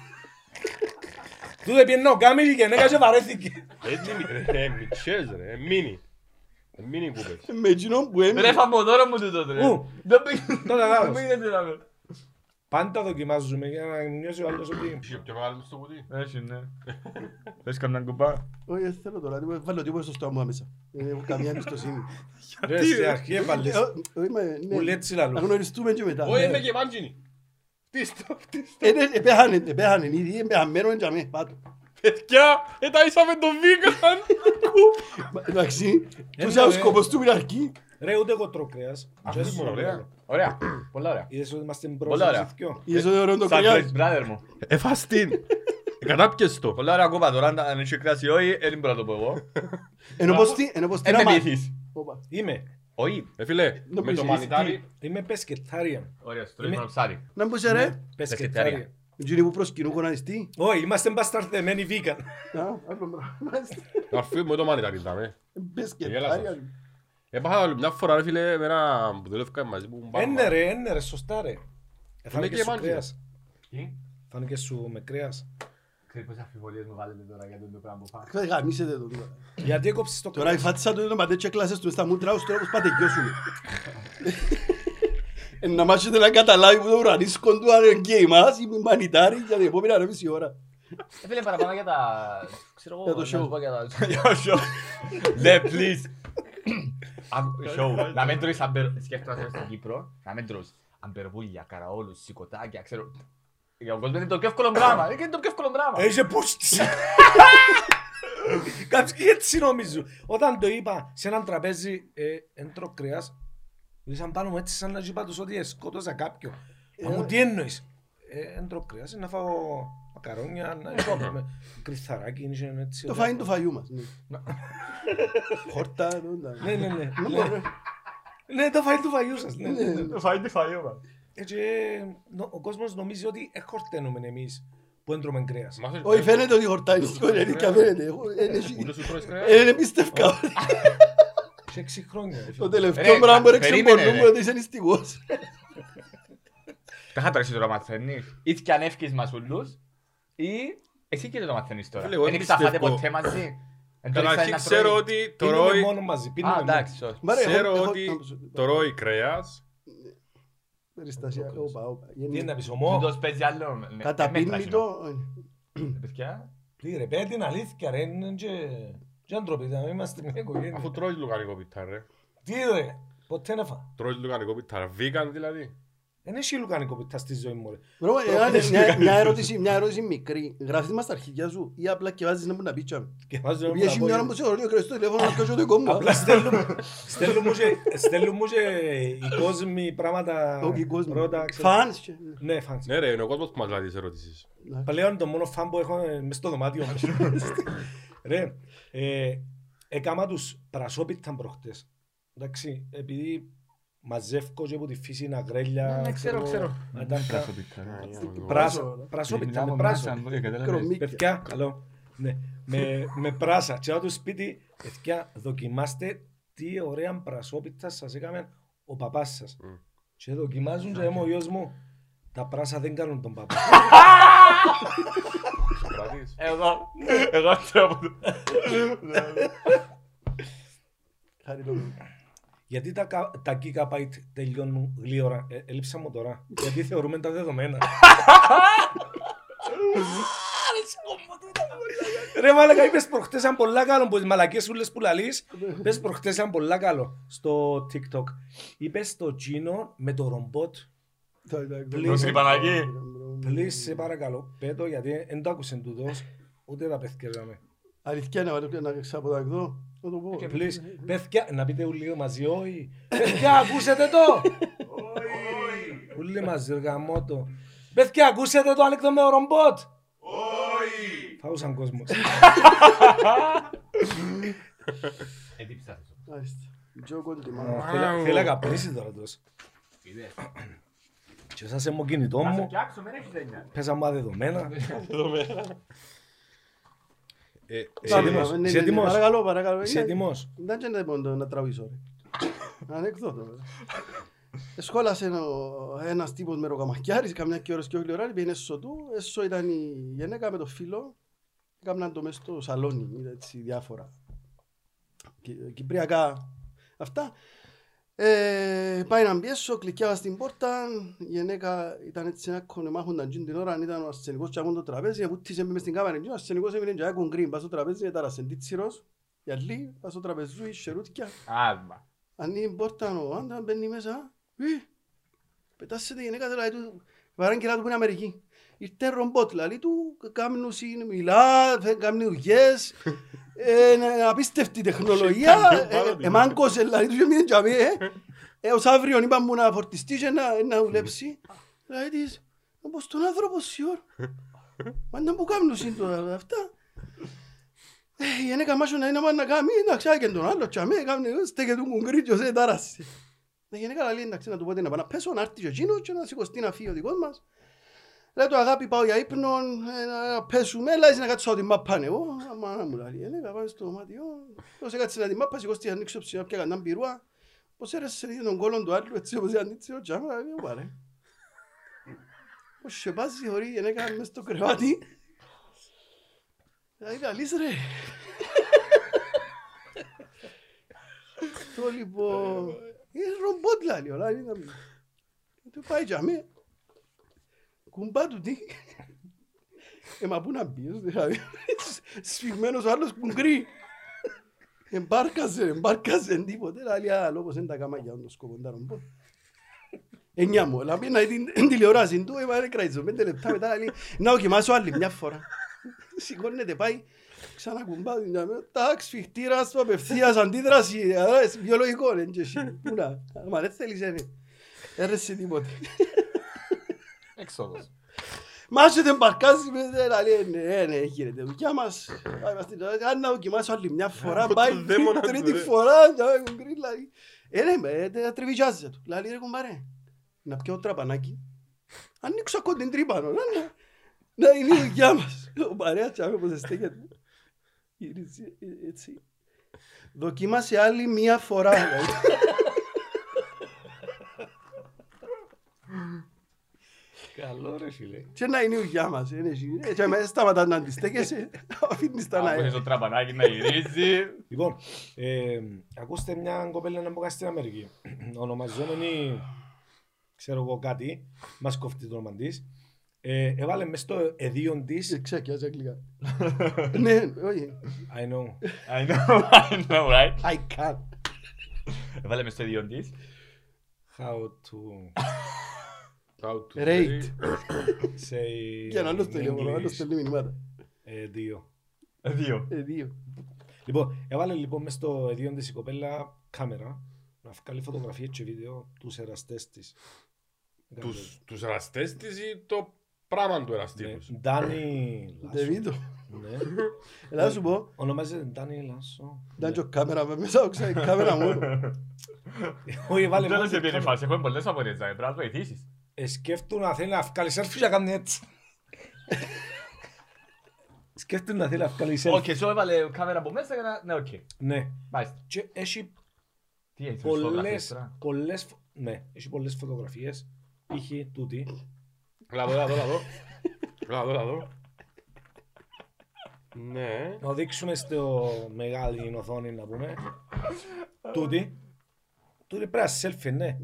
Τούτε πιένω κάμιλι και νέκα και βαρέθηκε. Έτσι είναι, ρε. Μιτσές, ρε. ε, Μίνι. Ε, Μίνι κούπες. Με εκείνον που Ρε έμεινε. φάμπο τώρα μου το τότε. Ου. Δεν πήγαινε. Τώρα, λάθος. Δεν πήγαινε να με. Πάντα δοκιμάζουμε για να νιώσει ο άλλος ότι... Είχε πιο μεγάλο στο κουτί. Έχει, ναι. Θες καμιά κουμπά. Όχι, δεν θέλω τώρα, τίποτα. βάλω τίποτα στο στόμα μου άμεσα. Δεν έχω καμία εμπιστοσύνη. Ρε, στην αρχή έβαλες. Ε, ε, είμαι, ναι. Μου λέει έτσι λαλούς. Ah, Να γνωριστούμε και μετά. Όχι, Ναι. είμαι και μάντζινη. Φτύστο, φτύστο. Επέχανε, επέχανε ήδη, επέχαμενον για μέ, πάτω. Παιδιά, εταίσαμε τον Βίγκαν. Μα, Εντάξει, Ε, τους ο ναι. σκοπός του είναι αρκεί. Ρε, ούτε εγώ τρώω κρέας. Αυτό Τζες, είναι ωραία. Ωραία, πολλά ωραία. Είδες ότι είμαστε μπρος Πολλά ωραία. στις δυο. Είδες ότι ωραίο το Σαν κρυάς. Joyce Brother μου. Εφαστίν. Ε, Κατάπιες το. Πολλά ωραία κούπα τώρα, αν- αν έχει κράσει ή όχι, ε, δεν μπορώ να το πω εγώ. Ε, Ενώ πως τι, ενώ πως τι Δεν να με μάθει. μύθεις. Όπα. Είμαι. Όχι. Ε, φίλε, Να με το πεις, μανιτάρι. Είμαι πεσκετάριαν. Ωραία, στο Είμαι- τρώει ψάρι. Να μπω σε ρε, Πεσκετάριαν. εκείνοι που προσκυνούν κοναριστή. Όχι, είμαστε μπασταρδεμένοι βίγκαν. Α, άλλο πράγμα. Να φύγουμε το μανιτάρι, ε. δάμε. Μπες και Γέλασες. χάρια. Έπαθα άλλη μια φορά, ρε φίλε, με ένα που δουλεύκα μαζί που μου Ένε Ε, ναι, ρε, ένε ρε, σωστά ρε. Ε, Φάνηκε και σου μάντια. κρέας. Φάνηκε σου με κρέας. Ξέρεις πόσες αμφιβολίες μου βάλετε τώρα για το πράγμα που φάω. Θα γαμίσετε το τώρα. Γιατί έκοψες το Τώρα η κρέας. φάτσα του είναι μαντέτσια κλάσες του μες στα μούτρα τους τώρα πως πάτε γιώσουνε. Ε, Να μάσετε να καταλάβει που το ουρανίσκον του αν είναι γκέι μας ή μανιτάρι για την επόμενη ανέμιση ώρα. Ε, Φίλε, παραπάνω για τα... Ξέρω εγώ, Για το να show. σου πω για τα... Για το show. Ναι, please. Άκου, Show. Να μην τρώεις αμπερ... Σκέφτομαι να έρθω στην Κύπρο. Να μην τρώεις αμπερβούλια, καραόλους, σηκωτάκια, ξέρω... Για τον κόσμος είναι το πιο εύκολο πράγμα. Είναι το πιο εύκολο πράγμα. Έχε πούστης. Κάποιοι έτσι νομίζουν. Όταν το είπα σε έναν τραπέζι, ε, εν τρώω κρέας, ήσαν πάνω μου έτσι σαν να είπα τους ότι ε, σκότωσα κάποιον. Μα μου τι εννοείς. Ε, εν τρώω κρέας, να φάω μακαρόνια, να είπαμε, κρυθαράκι, είναι έτσι. Το ωραία. φάιν του φαγιού μας. ναι. Χόρτα, ρόντα. Ναι, ναι, ναι. Να Ναι. μπορώ. Ναι, το φάει του φαγιού σας. ναι, ναι, ναι. Το φάει τη φαΐω, μα. Έτσι, ε, νο- ο κόσμος νομίζει ότι εχορταίνουμε εμείς που έντρωμε κρέας. Όχι, φαίνεται ότι Ναι. χορτάει στην οικογένεια, φαίνεται. Εγώ, ε, έχει- ε, Ούτε σου τρώεις κρέας. ε, Δεν Ναι. εμπιστεύκα. Σε έξι χρόνια. ρε φίλε. Το τελευταίο πράγμα που έρεξε Ε, περίμενε, πολλού μου ρε. ότι είσαι νηστικός. Τα είχα τώρα εσύ τώρα μαθαίνεις. Ή και ανέφκεις μας ούλους, ή εσύ και το μαθαίνεις τώρα. Φίλε, εγώ Δεν δεν εξαφάτε πιστεύω. ποτέ μαζί. Εν τω μεταξύ Καταρχήν να Ε, ξέρω τρώει. ότι το Πίνουμε ρώει- μόνο μαζί. πίνουμε Α, μόνο. εντάξει, sorry. Μα ρε, ξέρω έχω- έχω- ότι να πω σου- το ρώει κρέας. Περιστασία, όπα, όπα. Τι είναι να πεις, Δεν ομό. το παίζει άλλο. με- με- με Καταπίνει πράσινο. το. ε, Παιδιά, Πλήρε, πέ την αλήθεια ρε, είναι και... Και αντροπή, θα είμαστε μια Αφού οικογένεια. τρώεις λουκανικό πιτά, ρε. Τι ρε, ποτέ να φά. Τρώεις λουκανικό πιτά, βίγαν δηλαδή. Δεν έχει λουκάνικο πιτά στη ζωή μου ρε. Μπρο, εάν- μια- Μια ερώτηση, μια ερώτηση μικρή. Γράφεις μας τα αρχηγιά σου ή απλά και βάζεις να μου να πει τσάμ. Και βάζω Επειδή έχει μια ώρα που σε ρωτήσω, κρατήσω το τηλέφωνο να κάνω το δικό μου. Απλά στέλνουν- στέλνουν μου και- στέλνουν μου και οι κόσμοι πράγματα Όχι, κόσμο. πρώτα. ξέρω. Φανς. και- Ναι, φανς. Ναι ρε, είναι ο κόσμος που μας λέει τις ερωτήσεις. Ναι. Πλέον το μόνο φαν που έχω είναι μες στο δωμάτιο μου. Ρε, ε, έκαμα τους πρασόπιταν προχτές. Εντάξει, επειδή μαζεύκω και από τη φύση να γρέλια. Ναι, ξέρω, ξέρω. να τα- Ε, Πράσο. Πράσα, πρασόπιταν, με πράσο. Κρομίκια. Παιδιά, καλό. Ναι, με, με πράσα. Και του σπίτι, παιδιά, δοκιμάστε τι ωραία πρασόπιτα σας έκαμε ο παπάς σας. Μμ. Και δοκιμάζουν και λέμε ο γιος μου, τα πράσα δεν κάνουν τον παπά. Κράτης. Εγώ, εγώ τρώω. Χάρη το μου. Γιατί τα, κα- τα gigabyte τελειώνουν γλύωρα. Ε, έλειψα μου τώρα. Γιατί θεωρούμε τα δεδομένα. Ρε μάλακα, είπες προχτές αν πολλά καλό, που τις μαλακές σου λες που λαλείς, πες προχτές αν πολλά καλό στο TikTok. Είπες το Gino με το ρομπότ, Τα- τα- Πλήρη. Τρυπανακή. please σε παρακαλώ, πέτω γιατί δεν το άκουσεν τούτος, ούτε τα παιδιά είδαμε. Αλήθεια να βάλω να ξαποδαγδώ. Να το πω. Please, παιδιά, να πείτε ούλοι μαζί, όχι. Παιδιά, ακούσετε το! Ούλοι μαζί, ρε γαμώ το. Παιδιά, ακούσετε το ανέκδοτο με ο ρομπότ! Όχι! Φάουσαν κόσμος. Εντύψα σου. Μάλιστα. Τζο Ε, Κόντιμα. Θέλα- Θέλα καπνίσει τώρα τόσο. Είδες. Και σας έμω κινητό Να σε μου, φτιάξω, μην έχεις έννοια. πέσα μου αδεδομένα. Σε Ε, ε, Πάμε, έτοιμος, πάμε, ναι, σε ναι, ναι. έτοιμος. Παρακαλώ, παρακαλώ. Είσαι Είναι- έτοιμος. Δεν είναι μόνο να τραβήσω. ρε. Ανεκδότο. ρε. Σχόλασε ο- ένας τύπος με ρογαμακιάρης, καμιά και ώρες και όλη ώρα, πήγαινε έσω του, έσω ήταν η γυναίκα με το φίλο, έκαναν το μέσα στο σαλόνι, είδα έτσι διάφορα. Κυ- Κυπριακά αυτά. Ε, πάει να μπιέσω, κλικιάβα στην πόρτα, η γυναίκα ήταν έτσι ένα κονεμάχονταν τζιν την ώρα, αν ήταν ο ασθενικός και το τραπέζι, βουτήσε με μες στην κάμερα, τζιν, ο ασθενικός έμεινε και άκουν γκριν, πας στο τραπέζι, έταρασε τίτσιρος, οι άλλοι, πας στο τραπεζούι, σερούτκια, Άσμα. ανοίγει την πόρτα ο άντρας, μπαίνει μέσα, «Ι, πετάσσεται η Ε, γυναίκα, τώρα του, βαράγγελα του που είναι Αμερική. Ήρθε ρομπότ, λαλή του, κάμνου συν, μιλά, κάμνει δουλειές, ε, είναι απίστευτη τεχνολογία, Είχε κάνει ε, ε, μάγκωσε, λαλή του και μείνει τζαμί, ε. Ε, ως αύριον είπα μου να φορτιστεί και να, να δουλέψει. Λαλή της, όπως τον άνθρωπο σιωρ. Μα να μου κάμνου συν τώρα αυτά. Ε, η ένεκα μάσου να είναι άμα να κάνει, εντάξει, άγγεν τον άλλο τζαμί, κάμνει, στέκε του κουγκρίτζος, ε, τάρασε. Η γυναίκα Ε, λέει, εντάξει, να του πω τι να πάω να πέσω, να έρθει και εκείνος και να σηκωστεί να φύγει ο δικός μας. Λέει του αγάπη πάω για ύπνο, ε, να- να πέσουμε, λέει να κάτσω την μάπα ναι, εγώ. Αμά να μου λέει, ε, ναι, έλεγα πάμε στο δωμάτιο. Όσο κάτσε να την μάπα, σηκώστη να ανοίξω ψηλά, πια κανέναν πυρούα. Πώς έρεσε δει τον κόλλον του άλλου, έτσι όπως ήταν έτσι ο τζάμα, λέει, ε, «Ω, πάρε. Πώς σε πάζει, χωρί, γενέκα μες στο κρεβάτι. Δηλαδή, καλείς ρε. Το λοιπόν, είναι ρομπότ λάλη, όλα είναι. Του πάει τζαμί. Κουμπά του τι. Ε, μα πού να μπεις, δηλαδή. Σφιγμένος ο άλλος κουγκρί. Εμπάρκασε, εμπάρκασε, τίποτε. Λάλη, α, λόγος δεν τα κάμα για τον σκοπό, τα ρομπό. Εννιά μου, αλλά πήγαινα την τηλεοράση του, έβαλε κραίζω, πέντε λεπτά μετά λέει, να δοκιμάσω άλλη μια φορά. Σηκώνεται, πάει, ξανακουμπά την τζαμί, τάξ, φιχτήρας, απευθείας, αντίδραση, άρα, εσύ, βιολογικό, δεν και εσύ, πού να, μα δεν θέλεις, δεν είναι. έρεσε τίποτε. Έξοδος. Μάσε δεν παρκάζει με δεν λέει ναι, ναι, γίνεται δουλειά μας. Πάει μας την ώρα. Αν να δοκιμάσω άλλη μια φορά, Από πάει τον δαίμονα τρίτη- τρίτη του, ρε. φορά. να έχουν κρίνει, δηλαδή. Ε, ναι, με, ε, τα τρεβιζιάζε του. Λαλή, ρε κουμπάρε, να πιω τραπανάκι. Ανοίξω ακόμα την τρύπα, νο, να, να- να είναι η δουλειά μας. Ο παρέας τσάμε πως στέκεται. Γυρίζει, ε, έτσι. Δοκίμασε άλλη μια φορά. δηλαδή. Καλό ρε φίλε. Και να είναι η δουλειά μας. ε, ναι, εσύ. Ε, και με σταματάς να αντιστέκεσαι. Αφήνεις τα να Άκουσες το τραπανάκι να γυρίζει. Λοιπόν, ε, ακούστε μια κοπέλα να μπω στην Αμερική. Ονομαζόμενη, ξέρω εγώ κάτι, μας κόφτει το όνομα της. Ε, έβαλε μέσα στο εδίον της, Εξάκιαζε αγγλικά. Ναι, όχι. I know, I know, I know, right. I can't, Βάλε μες στο ίδιο της. how to How to Rate. say- say Και ένα άλλο στέλνει, μόνο, άλλο English. στέλνει μηνύματα. Ε, δύο. Δύο. Ε, δύο. Λοιπόν, έβαλε λοιπόν μέσα στο εδίον της η κοπέλα κάμερα να βγάλει φωτογραφίες και βίντεο τους εραστές της. Τους- Τους εραστές της ή το πράγμα του εραστή Ναι, τους. Ντάνι Λάσο. Ντεβίτο. Ναι. Ελά να σου πω, Ονομάζεται Ντάνι Λάσο. Ναι. ήταν και ο κάμερα με μέσα, όξα, η κάμερα μόνο. Όχι, βάλε Δεν μόνο σε την πήρε η κάμερα. φάση, έχουμε πολλές απορίες, δηλαδή, πρέπει να βοηθήσεις. Ε, Σκέφτου να θέλει να βγάλει selfie για να κάνει έτσι. Σκέφτου να θέλει να βγάλει Οκ, selfie. σου έβαλε κάμερα από μέσα για να... Ναι, οκ. Ναι. Μάλιστα. Και έχει Τι έχεις, φωτογραφίες πολλές, τώρα. πολλές, φω- ναι, έχει πολλές φωτογραφίες. Είχε τούτη. Λαδό, λαδό, λαδό. Λαδό, λαδό. Ναι. Να δείξουμε στο μεγάλη οθόνη να πούμε. τούτη. Τούτη πρέπει να selfie, ναι.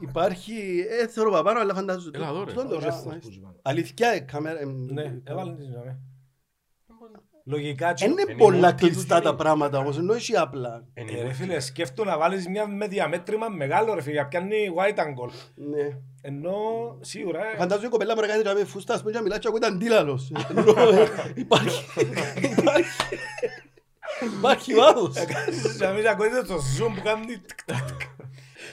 Υπάρχει, ε, θεωρώ παραπάνω, αλλά φαντάζομαι. Έλα εδώ, ρε. Τούτο Όχι, τώρα, αυτό μάλιστα. που ζητάμε. Αλήθεια, η κάμερα. ε, Ναι, έβαλε την ζωή. Λογικά και... ε, Είναι Είναι πολλά μόνο του κλειστά τα ζωή. πράγματα όμως, ενώ έχει απλά. Ε, ρε φίλε, σκέφτου να βάλεις μια με διαμέτρημα μεγάλο ρε φίλε, για πιάνει white angle. Ναι. Ενώ σίγουρα... ε, Φαντάζομαι η κοπέλα μπορεί να κάνει τραβή φούστα, ας πούμε, και μιλάει και ακούει αντίλαλος. Ε, Υπάρχει, υπάρχει, υπάρχει βάθος. ε, Να μην ακούτε το zoom που κάνει τικ, τακ, τικ.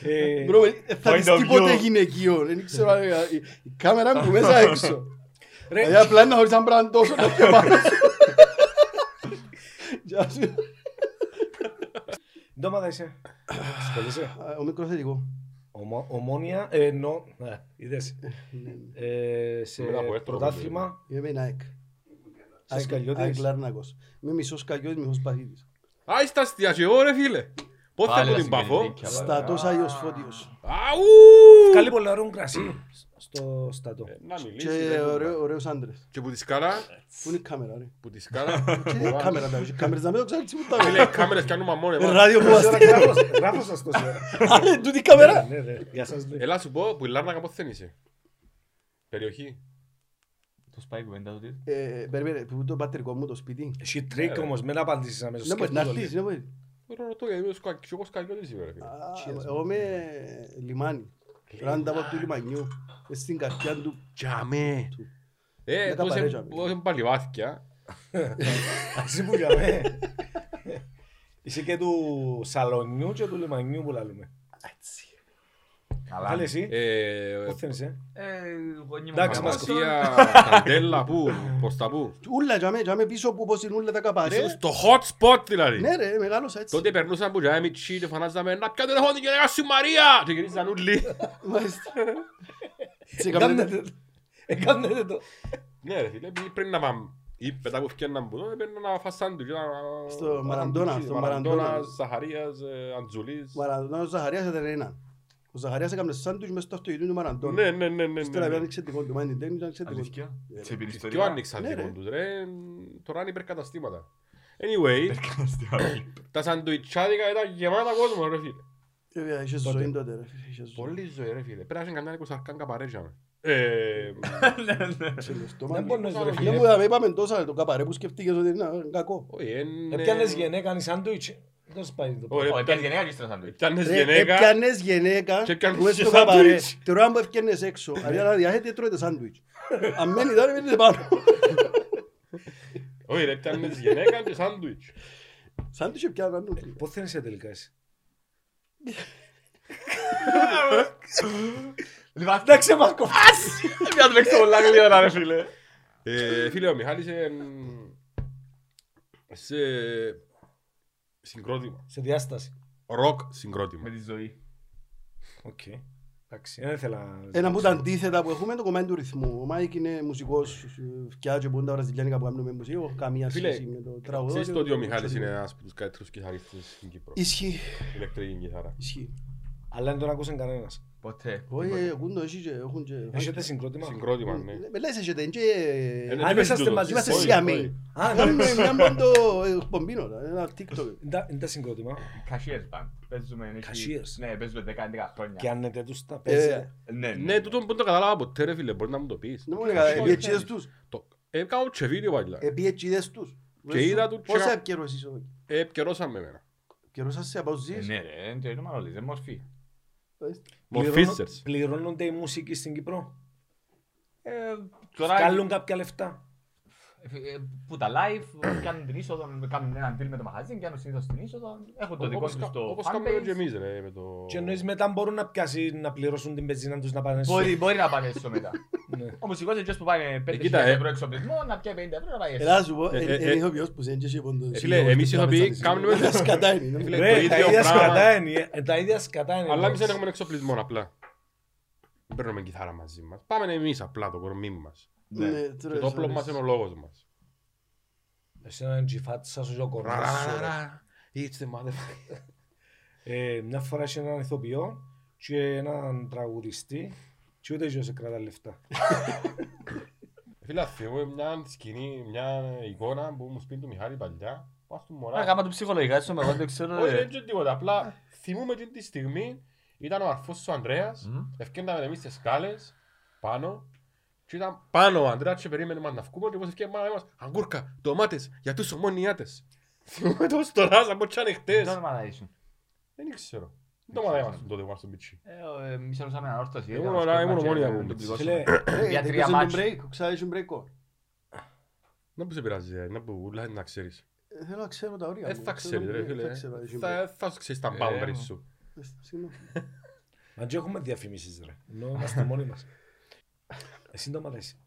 Ε, Μπρο, ε, θα Point δεις of τίποτε view. γυναικείο. Δεν ξέρω αν ε, η- η κάμερα μου μέσα έξω. ρε, Δηλαδή απλά είναι να χωρίς αν πρέπει να τόσο να διαβάζω. Γεια σου. τι ομάδα είσαι. Ασχολείσαι. Α, Ο μικρός θετικό. Ομο- Ομόνια, ε, ενώ... ε, Είδες. Ε, Σε Μετά από έστροφο, πρωτάθλημα, Ναι, Είμαι η ΑΕΚ. σε σκαλιώτες. Λάρνακος. Είμαι μισός Σκαλιώτης, μισός Παθήτης. Α, είσαι αστιασιό ρε φίλε. Πώς θα Πάλι μου την να παθώ. συγκεντρωθεί. Στατός Άγιος Φώτιος. Αου! Καλή πολλαρούν κρασί στο στατό. Να Και μιλήσει. δεν μπορεί. ωραίο- ωραίος άντρες. Και που τη σκάρα, Πού είναι η κάμερα ρε. που τη σκάρα. Τι είναι η κάμερα τα κάμερες να μην το ξέρω τι μου τα Φίλε, οι λέω. κάμερες κάνουν μαμόνε. Ε, Ράδιο που Τώρα είμαστε. γράφω- Γράφω σας το σήμερα. Άλλε, τούτη κάμερα. Ναι, ναι, για σας λέει. Έλα σου πω που η Λάρνακα πώς θέλει είσαι. Περιοχή. Το σπάει η κουβέντα του τι. Ε, Περιμένε, που το πατρικό μου το σπίτι. Έχει τρίκ όμως, μην απαντήσεις αμέσως. Δεν Ναι, μπορεί να Σκέφτομαι το έρθεις, δεν μπορεί. Ρωτώ γιατί είμαι σκακ- πιο κοσκαλιώτης είμαι ρε φίλε. Α, Εγώ είμαι λιμάνι. Ράντα από του λιμανιού. μες Στην καρδιά του. Τζαμέ. Του. Ε, Με τα τόσε- παρέτζαμε. τόσε παλιβάθκια. Εσύ που για μέ. Είσαι και του σαλονιού και του λιμανιού που λαλούμε. Καλά. Καλή εσύ. Ε, Πώς θέλεις, ε. Ε, γονή μου. Εντάξει, μας Παπασία. Παπασία, Καντέλα, πού, προς τα πού. Ούλα τζαμέ, τζαμέ πίσω από όπως είναι ούλα τα Είσαι καπαρέ. Στο hot spot δηλαδή. Ναι ρε, μεγάλωσα έτσι. Τότε περνούσαν που τζάμε μητσί και φανάζαμε να πιάνε τηλεφώνη την γυναίκα σου Μαρία και γυρίζαν όλοι. Μάλιστα. Σε καμία- Κάμνετε το. Ε, κάμνετε το. Ναι ρε φίλε, επειδή πριν να πάμε ή μετά που φτιάχναν που εδώ, έπαιρναν να φας σάντουιτ, να- Στο να- Μαραντόνα, να- στο Μαραντόνας, Μαραντόνα. Ζαχαρίας, ε, Αντζουλής. Μαραντόνα, ο Ζαχαρίας έδερε έναν. Ο Ζαχαρίας έκανε σάντουιτς μες στο αυτοκίνητο του Μαραντόνα. Ναι, ναι, ναι, ναι, Ύστερα ναι. άνοιξε την κόντου, μα είναι την τέχνη, άνοιξε την κόντου. Αλήθεια. Σε πήρε Ποιο ιστορία. άνοιξαν Ναι, δικό ρε. τους ρε, τώρα είναι υπερκαταστήματα. Anyway, τα σαντουιτσάδικα ήταν γεμάτα κόσμο ρε φίλε. Ε, Βέβαια, είχες Τότε. ζωή τότε ρε. είχες ζωή. Πολύ ζωή ρε φίλε, πέρασαν κανένα εικοσαρκάν καπαρέτζαμε. Ε, Ναι, Σε λεφτό, Δεν μάλλον. μπορείς ρε Δεν φίλε. μου τα Ε, είπαμε τόσα, το καπαρέ που σκεφτήκες ότι είναι ε, κακό. όχι, εν- ε, Επιάνες γενέκα, κάνεις σάντουιτς. Δεν σπάει το Ωραία. Ο Επιάνης γενέκα και ύστερα σαντουίτ. Πιάνες Ρε, γενέκα, Έπιανες γενέκα Και έπιανες μες στο και σάντουιτς. Ναι. καπαρέ. Την ώρα που έφτιανες έξω, αντί να διαθέτει, τρώτε σάντουιτς. Αν μένει τώρα, μένει πάνω. όχι ρε, πιάνες γενέκα και σάντουιτς. Σάντουιτς έπιαναν όλοι. Πώς θέλεις ε, τελικά εσύ. Λοιπόν, Εντάξει μας κοφτάς. να του παίξω πολλά γλυόρα ρε φίλε. Ε, Φίλε, ο Μιχάλης ε, σε συγκρότημα, Σε διάσταση. ροκ Με συγκρότημα. τη ζωή. Οκ. Εντάξει, δεν ήθελα... Ένα από τα αντίθετα που έχουμε είναι το κομμάτι του ρυθμού. Ο Μάικ είναι μουσικός, ε, φτιάχνει πόντα βραζιλιάνικα που κάνουμε μουσική, έχω καμία Φίλε, σχέση με το τραγουδό. Ξέρεις και το ότι ο το- Μιχάλης είναι ένας από τους καλύτερους κιθαρίστες στην Κύπρο. Ισχύει, Ε, Ηλεκτρική κιθάρα. ισχύει. Αλλά δεν τον ακούσε κανένας. Ποτέ. ε. Όχι, ακούν το, εσύ και έχουν και... ε, Έχετε συγκρότημα. Συγκρότημα, ναι. Με λες έχετε, είναι και... Ε, δεν αν παίζει είσαστε τούτο. μαζί, Είμαστε Όχι, σιαμοί. όχι. Α, ναι. Κάνουμε μια πόντο εκπομπίνο, ένα TikTok. Είναι τα- Είναι τα συγκρότημα. Cashiers band. Παίζουμε... έχει- Cashiers. Ναι, παίζουμε 10-11 Και χρόνια. άνετε τους τα Ε, παίζει. Ναι, Ναι, τούτο που δεν το κατάλαβα ποτέ ρε φίλε, μπορεί να μου το πεις. Ναι. Δεν μου έλεγα, Κασιέρ. επί ετσίδες τους. Το- Έκανα και βίντεο παλιά. Ε, Επί ετσίδες τους. Και είδα του Πόσα τσιρα- επικαιρός είσαι εδώ. Επικαιρώσαν Ε, με εμένα. Επικαιρός είσαι από ζεις. Ναι ρε, είναι το μάλλον, δεν μορφή. Μορφίστερς. Πληρώνονται οι μουσικοί στην Κύπρο. Ε, Βγάλουν κάποια λεφτά. ε, που τα live ε, κάνουν την είσοδο, κάνουν έναν deal με το μαγαζί, κάνουν συνήθως την είσοδο, έχουν το δικό Όπως τους κα- το όπως κάνουμε και fanbase. εμείς ρε με το... Και εννοείς μετά μπορούν να πιάσει να πληρώσουν την πεζίνα τους να πάνε στο... Μπορεί, μπορεί να πάνε έξω μετά. Ναι. Ο μουσικός είναι αυτός που πάει 5.000 κοίτα, ε. ευρώ εξοπλισμό, να πιάει 50 ευρώ να πάει Ελά έξω. σου πω, Ε, ε, είναι ε, ηθοποιός που δεν είχε πόντο. Ε, Φίλε, εμείς οι ηθοποιοί κάνουμε... Τα σκατά είναι. Ε, Φίλε, ναι. Ρε, το τα ίδιο ίδια πράγμα. σκατά είναι. ε, Τα ίδια σκατά είναι. Αλλά εμείς δεν έχουμε εξοπλισμό απλά. Δεν παίρνουμε κιθάρα μαζί μας. Πάμε εμείς απλά το κορμί μας. Ναι, Και τώρα ε, το όπλο sorry. μας είναι ο λόγος μας. Εσένα τζιφάτσα σου και ο κορμός σου, ρε. It's the motherfucker. Ε, Μια φορά είχε έναν ηθοποιό και έναν τραγουδιστή και ούτε και σε κρατά λεφτά. Φίλε, θυμώ μια σκηνή, μια εικόνα που μου σπίτι του Μιχάλη παλιά. Πας του Α, μωρά. γάμα του ψυχολογικά, έτσι ε, εγώ δεν ξέρω. Όχι, ρε. δεν είναι τίποτα. Απλά θυμούμε εκείνη τη στιγμή ήταν ο αρφός ο Ανδρέας. Μμμ. Ευκέναμε εμείς τις σκάλες πάνω. Και ήταν πάνω ο Ανδρέας και περίμενε να βγούμε. Και όπως ευκέναμε μάνα μας, αγκούρκα, ντομάτες, για τους ομονιάτες. Θυμούμε το στοράς, σαν πως ήταν Δεν χτες. το όνομα να ήσουν. Δεν ξέρω. Δεν το μάθαμε ήμασταν τότε που ήμασταν πιτσί. Ε, ο, ε, εμείς έρωσαμε ένα όρθος, Ήμουν ήταν όλα- σκόρμα ήμουν και ναι. μόνοι να μου, τον μπες. πληγώσουμε. Φίλε, Ε, Για ε, τρία έπαιζε μάτς. τον break, ξα, είχε break all. Να που σε πειράζει, ε, να που λέει να ξέρεις. Ε, Θέλω να ξέρω τα όρια. Ε, μου, θα ξέρω, ξέρεις ρε ναι, φίλε. θα ξέρω, είχε break. Θα- Θα σου ξέρεις τα Ε, boundaries μου. σου. Ε, συγγνώμη. Μα και έχουμε διαφημίσεις ρε. Ενώ είμαστε μόνοι μας. Ε, Σύντομα λες.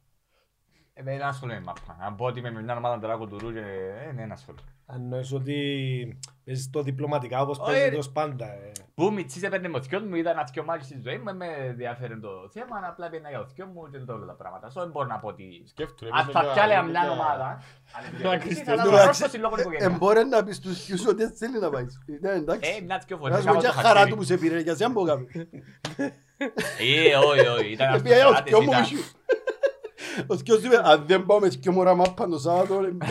Ε, Δεν ασχολούμαι με μάπα. Αν πω ότι είμαι με μια ομάδα τεράκου του Ρούγε, ε, δεν ασχολούμαι. Αν νοείς ότι παίζεις το διπλωματικά όπως Όχι, παίζει ρε. το πάντα. ε. Που μητσής έπαιρνε με θκιόν μου, είδα ένα θκιό μάτι στη ζωή μου, ε, με ενδιαφέρει το θέμα, αλλά απλά πήγαινα για το θκιός μου και δεν το όλα τα πράγματα. So, δεν μπορώ να πω ότι... Σκέφτομαι. Αν θα πιάλε μια ομάδα, Να αλλά κρυστεί. θα Εντάξει. αναγνωρίσω λόγω Ε, οικογένειας. ε, μπορεί να πεις τους ποιους ότι έτσι θέλει να πάει. Ναι, Ε, εντάξει. μια δυο Να φορές. σου πω κάνω και το χαρά χαρτί. του που σε πήρε, για σένα που έκαμε. Ε, όχι, όχι, ήταν Επειδή ε, ο αυτοκράτης, θκυο μου ήταν- είχε- Ο θκυος του είπε, αν δεν πάω με θκυο μωρά μάπα το Σάββατο, ρε, μπα».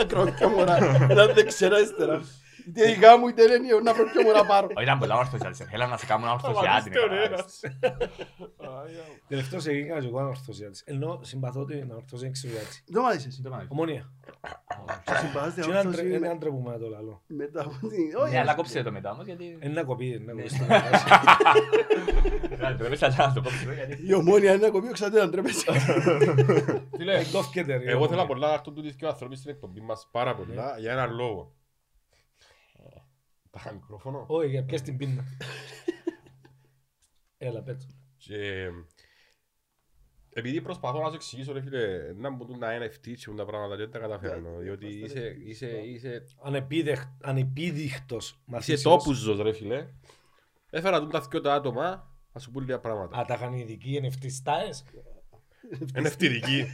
Ακραίο θκυο μωρά, ένα δεξιά αριστερά. Είτε η γάμου είτε δεν είναι να βρω πιο μου να πάρω. Ε, Όχι, ήταν πολλά ορθωσιάτης. Θέλω να σε κάνω ορθωσιάτη. Τελευταίος έγινα και εγώ ανορθωσιάτης. Ενώ συμπαθώ ότι είναι ανορθωσία εξωριάτης. Δεν μου αρέσει εσύ. Ομόνια. Το συμπάζεται Και είναι άντρε- όρθωση είναι με- άντρεπουμε να το λαλώ. μετά από την... Όχι, Ε, Ναι, αλλά κόψε το μετά όμως γιατί... Ένα κοπεί, ένα κοπεί. Να το έβεσαι, αλλά να το κόψω γιατί... η ομόνια είναι κοπείο ξανά να τρέπεσαι. Τι λέει, Κόφκεται ρε. Εγώ θέλω πολλά να έρθουν τούτοι και ο άνθρωποι στην εκπομπή μας πάρα πολλά για έναν λόγο. Ε, Τα μικρόφωνο. Όχι, για πιες την πίνα. Έλα, πέτω. Και, ε, επειδή προσπαθώ να σου εξηγήσω, ρε φίλε, να μου να είναι ευτύχη τα πράγματα, δεν τα καταφέρνω. Διότι είμαστε είσαι, ευτύχοι, είσαι, είσαι, Ανεπίδεχ- Ανεπίδειχτος είσαι μαθησιός. τόπουζος, ρε φίλε. Έφερα τούν τα δυο τα άτομα, να σου πούν λίγα πράγματα. Α, τα είχαν ειδικοί ενευτιστάες. Είναι ευτυρική.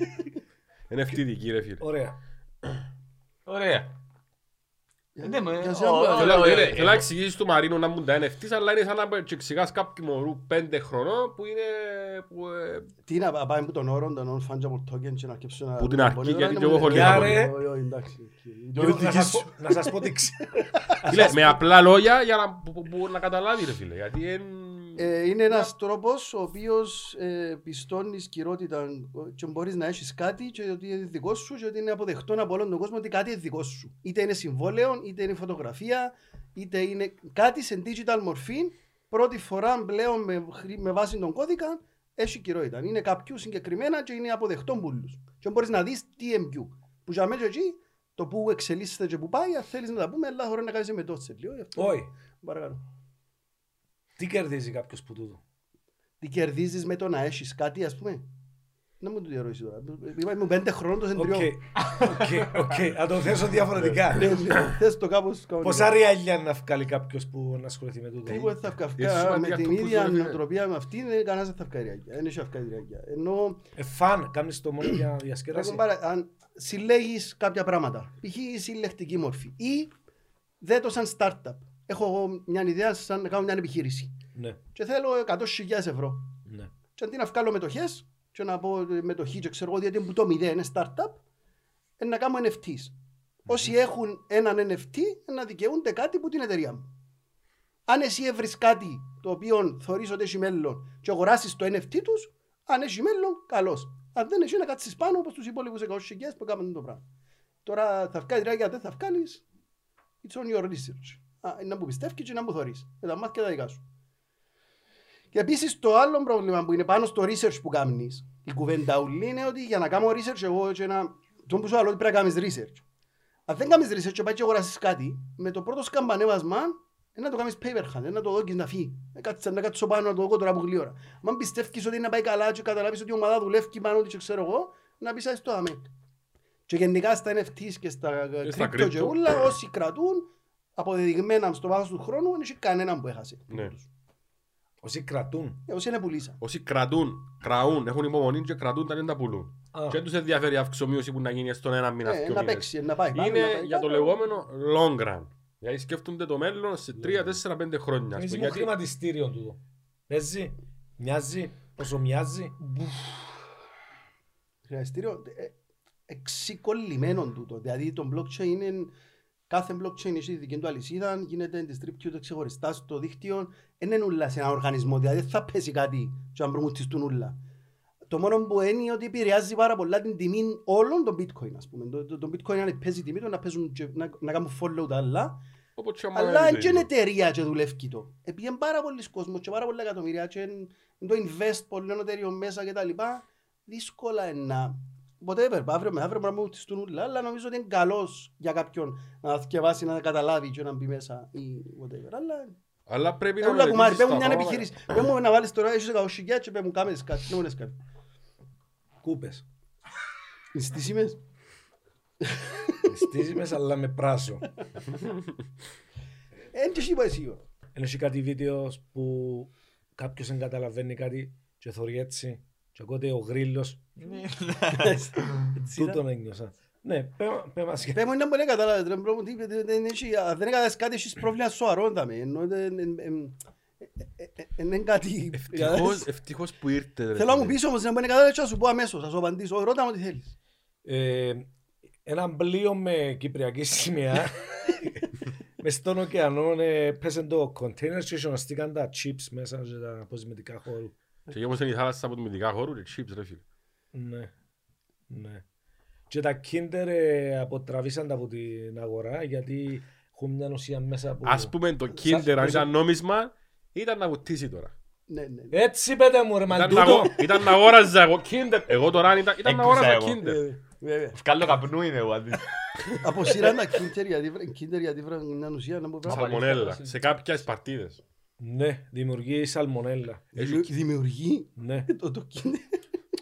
Είναι ευτυρική, ρε φίλε. Ωραία. Ωραία. Ναι, με- Για σε ω, άλλο. ω, Θέλω- ω, θέλω- ω, Θέλω να εξηγήσεις του Μαρίνου να μου τα είναι ευτής, αλλά είναι σαν να και εξηγάς κάποιου μωρού πέντε χρονών που είναι... που, ε, Τι να πάει με τον όρο, τον non-fungible token και να αρκέψω να... Που την αρκεί, Μπορεί, γιατί να και εγώ είναι- χωρίς να Άρα- Όχι, όχι, εντάξει. Λοιπόν, να σας πω- Να σας πω τι ξέρω. φίλε, Με απλά λόγια για να, που- που- που να καταλάβει, ρε φίλε. Γιατί εν... Ε, είναι ένας τρόπος ο οποίος ε, πιστώνεις κυρότητα και μπορείς να έχεις κάτι και ότι είναι δικό σου και ότι είναι αποδεκτό από όλον τον κόσμο ότι κάτι είναι δικό σου. Είτε είναι συμβόλαιο, είτε είναι φωτογραφία, είτε είναι κάτι σε digital μορφή. Πρώτη φορά πλέον με, χρη- με βάση τον κώδικα έχει κυρότητα. Είναι κάποιου συγκεκριμένα και είναι αποδεκτό μπουλούς. Και μπορείς να δεις τι είναι ποιου. Που για μένα και εκεί το που εξελίσσεται και που πάει, αν θέλεις να τα πούμε, αλλά χωρίς να κάνεις με τότσε. Λέω, γι' αυτό. Όχι. Παρακαλώ. Τι κερδίζει κάποιος που τούτο. Τι κερδίζεις με το να έχεις κάτι, ας πούμε. Να μου το διαρροήσει τώρα. Είπα μου πέντε χρόνων το Οκ. σεντριό. Οκ, οκ. Να το θέσω διαφορετικά. Ναι. Θες το κάπως κανονικά. Πόσα ριάλια να βγάλει κάποιος που να ασχοληθεί με τούτο. Τίποτε θα Ε, σου αυκαυκά. είπα Με για την το που ίδια ζωρεύει. νοοτροπία με αυτήν, κανένας δεν θα αυκαριάκια. Δεν έχει αυκαριάκια. Ενώ Ε, Φαν, κάνεις το μόνο για να ρε διασκέδαση. κομπάρε, αν συλλέγεις κάποια πράγματα, π.χ. η συλλεκτική μορφή ή δε το σαν startup. Έχω εγώ μια ιδέα σαν να κάνω μια επιχείρηση Ναι, και θέλω 100.000 ευρώ. ναι. Και αντί να βγάλω μετοχές, και να πω ε, μετοχή, και ξέρω εγώ, γιατί που το μηδέν είναι startup, ε, να κάνω NFTs. Όσοι έχουν έναν NFT, ε, να δικαιούνται κάτι που την εταιρεία μου. Αν εσύ έβρεις κάτι το οποίο θεωρείς ότι έχει μέλλον και αγοράσεις το NFT τους, αν έχει μέλλον, καλώ. Αν δεν έχει, να κάτσεις πάνω όπως τους υπόλοιπους 100.000 που κάνουν το πράγμα. Τώρα θα βγάλεις ράγια, δεν θα βγάλεις. It's on your research. Α, να μου πιστεύεις και να μου θεωρεί. Με τα μάτια τα δικά σου. Και επίσης το άλλο πρόβλημα που είναι πάνω στο research που κάνεις, η κουβέντα ουλή είναι ότι για να κάνω research, εγώ και να. Τον που σου λέω ότι πρέπει να κάνεις research. Αν δεν κάνεις research, και πάει και αγοράσει κάτι, με το πρώτο σκαμπανέβασμα, ε, να το κάνεις paper hand, ε, να το δόκει να φύγει. Ε, κάτσε να κάτσω πάνω να το δω τώρα που γλύωρα. Αν πιστεύεις ότι να πάει καλά, και καταλάβεις ότι η ομάδα δουλεύει πάνω τη, ξέρω εγώ, να πεις το αμέ. Και γενικά στα NFTs και στα ε, Και στα crypto και crypto. ούλα, όσοι κρατούν, αποδεδειγμένα στο βάθος του χρόνου, δεν έχει κανέναν που έχασε. Ναι. Όσοι κρατούν. Ε, Όσοι είναι πουλήσα. Όσοι κρατούν, κραούν, έχουν υπομονή και κρατούν τα δεν τα πουλούν. Α, Και δεν τους ενδιαφέρει η αυξομοίωση που να γίνει στον ένα μήνα, Ε, δύο να μήνες. παίξει, να πάει. πάνω, να Είναι πάει για το κάτω. λεγόμενο long run. Δηλαδή σκέφτονται το μέλλον σε Ναι. 3, 4, 5 χρόνια. ας Μοιάζει πούμε, μου Γιατί χρηματιστήριο τούτο. Παίζει, μοιάζει, πόσο μοιάζει. Χρηματιστήριο ε, εξικολλημένο τούτο. Δηλαδή το blockchain είναι. Κάθε blockchain έχει τη δική του αλυσίδα, γίνεται distributed ξεχωριστά στο δίκτυο. Δεν είναι ούλα σε ένα οργανισμό, δηλαδή δεν θα πέσει κάτι και αν προμουστιστούν ούλα. Το μόνο που είναι ότι επηρεάζει πάρα πολλά την τιμή όλων των bitcoin, ας πούμε. Το, το, το bitcoin αν παίζει τιμή του να, παίζουν, και- να, να κάνουν follow τα άλλα. όπως και άμα Αλλά είναι είναι το και είναι ίδιο. εταιρεία και δουλεύει το. Επειδή είναι πάρα πολλοί κόσμος και πάρα πολλά εκατομμυρία και είναι είναι το invest πολλών εταιρείων μέσα και τα λοιπά, δύσκολα είναι να... Whatever, αύριο με αύριο μπορεί να μου χτιστούν ούλα, αλλά νομίζω ότι είναι καλός για κάποιον να διαβάσει, να καταλάβει και να μπει μέσα ή whatever. Αλλά Αλλά πρέπει είναι να όλα κουμάρι, μελετήσεις πέμουν τα μια πράγματα. επιχείρηση. Πέμουν να βάλεις τώρα, έχεις 100 χιλιάδες και πέμουν κάμερες κάτι, να μόνες κάτι. Κούπες. Στις σημαίες. Στίζιμες αλλά με πράσο. Ε, Εν και σίγουρα σίγουρα. Ενώ έχει κάτι βίντεος που κάποιος δεν καταλαβαίνει κάτι και θωρεί έτσι. Και ακούγεται ο γρύλος. Τούτον ένιωσα. Ναι, πέμα- πέμα σχέδιο. Πέμουν να μπορεί να καταλάβεις, ρε, μπρο μου, τι- δεν- δεν έχει- αν δεν καταλάβεις κάτι, έχεις πρόβλημα σοβαρό, δάμε. Ενώ, ε, ε, ε, ε, ε, ε, Είναι κάτι... Ευτυχώς- Ευτυχώς που ήρθε. ρε Θέλω να μου φίλε. πεις όμως, να μπορεί να καταλάβεις, θα σου πω αμέσως, θα σου απαντήσω. Ρώτα μου τι θέλεις. Ε, ένα πλοίο με κυπριακή σημαία Μες στον ωκεανό ε, πέσε το κοντέινερ και χιοναστήκαν τα chips μέσα και τα αποσμητικά χώρου. Και όμως είναι η θάλασσα από την μυθικά χώρου και chips ρε φίλε. Ναι, ναι. Και τα Kinder ε, αποτραβήσαν τα από την αγορά γιατί έχουν μια ουσία μέσα από... Ας πούμε το Kinder αν ήταν νόμισμα ήταν να βουτήσει τώρα. Ναι, ναι. Έτσι πέτε μου ρε, μα Ήταν να αγο- τούτο. Ήταν να αγόραζα εγώ Kinder. Εγώ τώρα αν ήταν, ήταν να Έκλεισα αγόραζα εγώ. Kinder. Ε, βέβαια. Βγάλω καπνού είναι εγώ αντί. Αποσύραν τα κίντερ γιατί βρε- κίντερ γιατί βρε μια ουσία να μου βρε- Σαλμονέλα. Σε κάποιες παρτίδες. Ναι, δημιουργεί σαλμονέλα. Έχει- Δημιου- Δημιουργεί Ναι. το το κίντερ.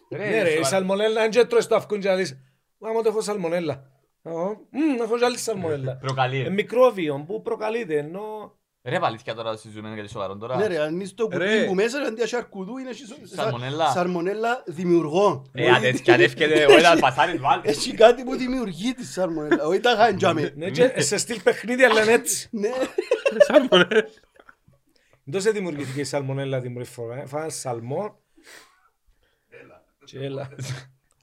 Ναι ρε, η σαλμονέλα είναι και τρώεις το αυκούν και να δεις «Άμα το έχω σαλμονέλα». «Ω, μμ, έχω και άλλη σαλμονέλα». Ε, Προκαλεί. Μικρόβιο που προκαλείται ενώ... Ρε βαλήθεια τώρα συζητούμε κάτι σοβαρό τώρα. Ναι ρε, αν είσαι το Ρε. κουτί που μέσα ρε, αντί ασύ αρκουδού είναι ασύ σα- Σαλμονέλα. Σαλμονέλα δημιουργό. Ε, αν έτσι κι αν εύκεται ο ένας πασάρι του άλλου. Έχει κάτι που δημιουργεί τη σαλμονέλα. Όχι τα χάντζαμε. Ναι, και σε στυλ παιχνίδι αλλά είναι έτσι. Ναι. Σαλμονέλα. Δεν σε δημιουργήθηκε η σαλμονέλα την πρώτη φορά. Φάνε σαλμό. Και έλα.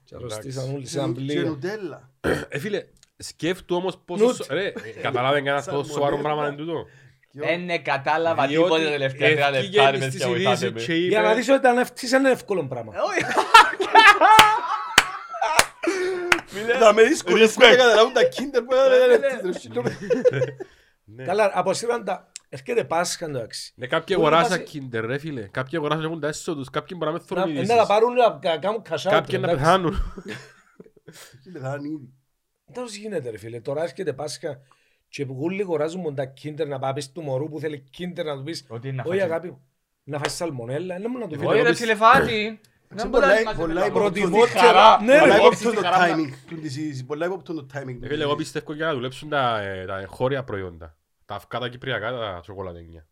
Και αρρωστήσαν όλοι σε ένα Και πλοίο. νουτέλα. Ε, φίλε, σκέφτου όμως πόσο... Νούτ. σο- Ρε, καταλάβαινε κανένας πόσο σοβαρό πράγμα είναι τούτο. Δεν ε, κατάλαβα Διότι τίποτα τα τελευταία τρία ευκήγε λεπτά ρε εμείς παιδιά στις βοηθάτε ειδήσεις με. και είπε- Για να δεις ότι ήταν ευθύς είναι εύκολο Ε, πράγμα. Θα με δύσκολες που δεν καταλάβουν τα κίντερ που έλεγαν. Ναι. Καλά, αποσύραν τα... Έρχεται Πάσχα εντάξει. Ναι, κάποιοι Μπορεί να αγοράζαν πας- Kinder ρε φίλε. Κάποιοι αγοράζαν έχουν τα έσοδα τους. Κάποιοι μπορεί να με Να θωρούν ε, ειδήσεις. να τα πάρουν να κα- κάνουν κασάου. Κάποιοι να πεθάνουν. Τέλος γίνεται ρε φίλε. Τώρα έρχεται Πάσχα και που γούλοι αγοράζουν τα κίντερ να πάει πεις του μωρού που θέλει κίντερ να του πεις Ότι είναι να «Όχι φας- αγάπη μου, να φας σαλμονέλα». Ναι, μου να του Όχι, πεις. Όχι ρε ψηλεφάτη. Πολλά- Δεν μπορεί να πολλά είμαστε υπο- μετά. Προτιμότερα. Ναι Πολλά ρε. υπόπτουν το Στην χαρά μου. timing. του της είδησης, Πολλά υπόπτουν το timing. Ε, Φίλε, εγώ πιστεύω και να δουλέψουν τα, ε, τα εγχώρια προϊόντα. Τα αυκά, τα κυπριακά, τα σοκολατένια.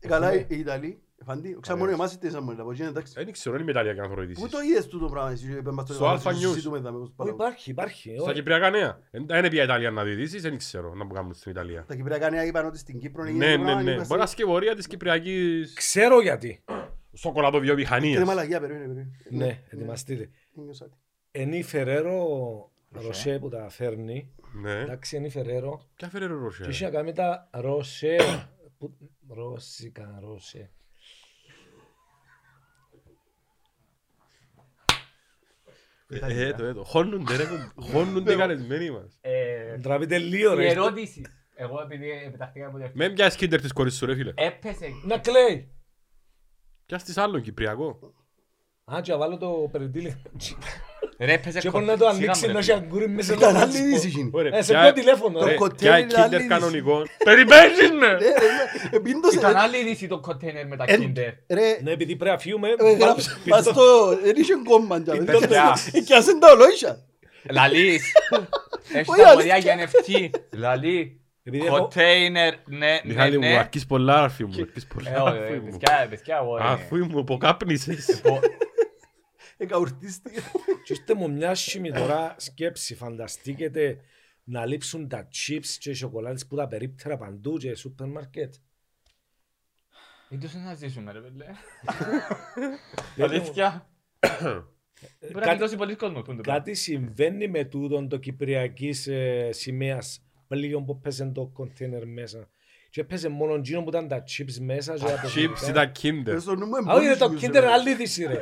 Ε, Καλά οι Ιταλοί. Φαντή, ξέρω μόνο εμάς είτε σαμονέλα. πώς γίνεται, εντάξει. Ε, Δεν ξέρω, δεν είμαι Ιταλία και να θωρώ ειδήσεις. Πού το είδες τούτο πράγμα εσύ, ε, είπε μας το Στο γαμάτο, Alpha News. συζητούμε τα με τους Ω, παραγωγούς. Υπάρχει, υπάρχει. Στα όχι. κυπριακά νέα. Ε, Δεν είναι πια Ιταλία να δει ειδήσεις, δεν ξέρω να που κάνουν στην Ιταλία. Τα Κυπριακά νέα είπαν ότι στην Κύπρο έγινε Ναι, το ναι, πράγμα, ναι. είπα Μπορεί σε- να είναι σκευωρία της κυπριακής Ξέρω γιατί. Ρε σοκολατοβιομηχανίας. μαλακιά, περίμενε, περίμενε. Ναι, ετοιμαστείτε. νιώσα τι. Είναι η Φεραίρο Ροσέ που τα φέρνει. Ε. Ναι. Εντάξει, είναι η Φεραίρο. Ποια φέρε ρε Ρωσία, Και ρε. είχε να κάνει τα Ροσέ. που- Ρώσικα, Ροσέ. Ε, ε, το, ε, το. Χώνονται ρε, χώνονται οι Ναι, καλεσμένοι μας. Ε, Τραβεί τελείω, Η ρε. ερώτηση. Εγώ επειδή επιταχθήκα από την Με πιάσεις Kinder της κορής σου ρε φίλε. Έπεσε. Να κλαίει. Πιάσεις της άλλον Κυπριακό. Α, και να βάλω το περιτύλι. Ρε έπεσε Και μπορεί να το Ναι, κο- ανοίξει σιγά μου, ρε, να έχει αγκούρι μέσα Ήταν να το άλλη σπο- είδηση εκείνη. Ωραία, Ναι, Ε, σε πια- ποιο τηλέφωνο, ρε, ρε. Το κοτέλι πια ήταν άλλη Kinder είδηση. κανονικό. Περιμένεις με! Ε, ρε, ε, πίνει το σε- Ήταν άλλη είδηση το κοντέινερ με τα Ε, Kinder. Ρε, Ναι, επειδή πρέπει να φύγουμε. ε, γράψε, πας πιτώ- το- δεν είχε κόμμα, τζάμε. Ήταν πια. Ε, και άσε τα ολόγια. Λαλείς. Έχεις Όχι, τα αλήθεια. μωριά για NFT. Λαλεί. Επειδή έχω- Κοντέινερ, ναι, ναι, Μιχάλη μου, ναι. αρκείς πολλά αρφή μου, αρκείς Ε, πολλά ωραία, αρφή μου. παιδιά, παιδιά, ωραία. Αφού μου αποκάπνισες. Πω, Ε, Ναι. καουρτίστηκε. Και είστε μου μια σχήμη τώρα σκέψη, φανταστείτε να λείψουν τα chips και οι σοκολάτες που τα περίπτερα παντού και σούπερ μάρκετ. Δεν τους να ζήσουμε ρε παιδιά. Δεν Αλήθεια. Μπορεί να Ε, Κάτι- κλειδώσει πολλοί κόσμος που είναι το Κάτι συμβαίνει με τούτον το κυπριακής ε, σημαίας πλοίο που παίζει το κοντέινερ μέσα. Και παίζει μόνο εκείνο που ήταν τα chips μέσα. και τα Chips προβλητικά. ήταν Kinder. Ε, στο νου μου Α, όχι, είναι εμπόρισε, το μιούσε, κίντερ ρε. άλλη είδηση ρε.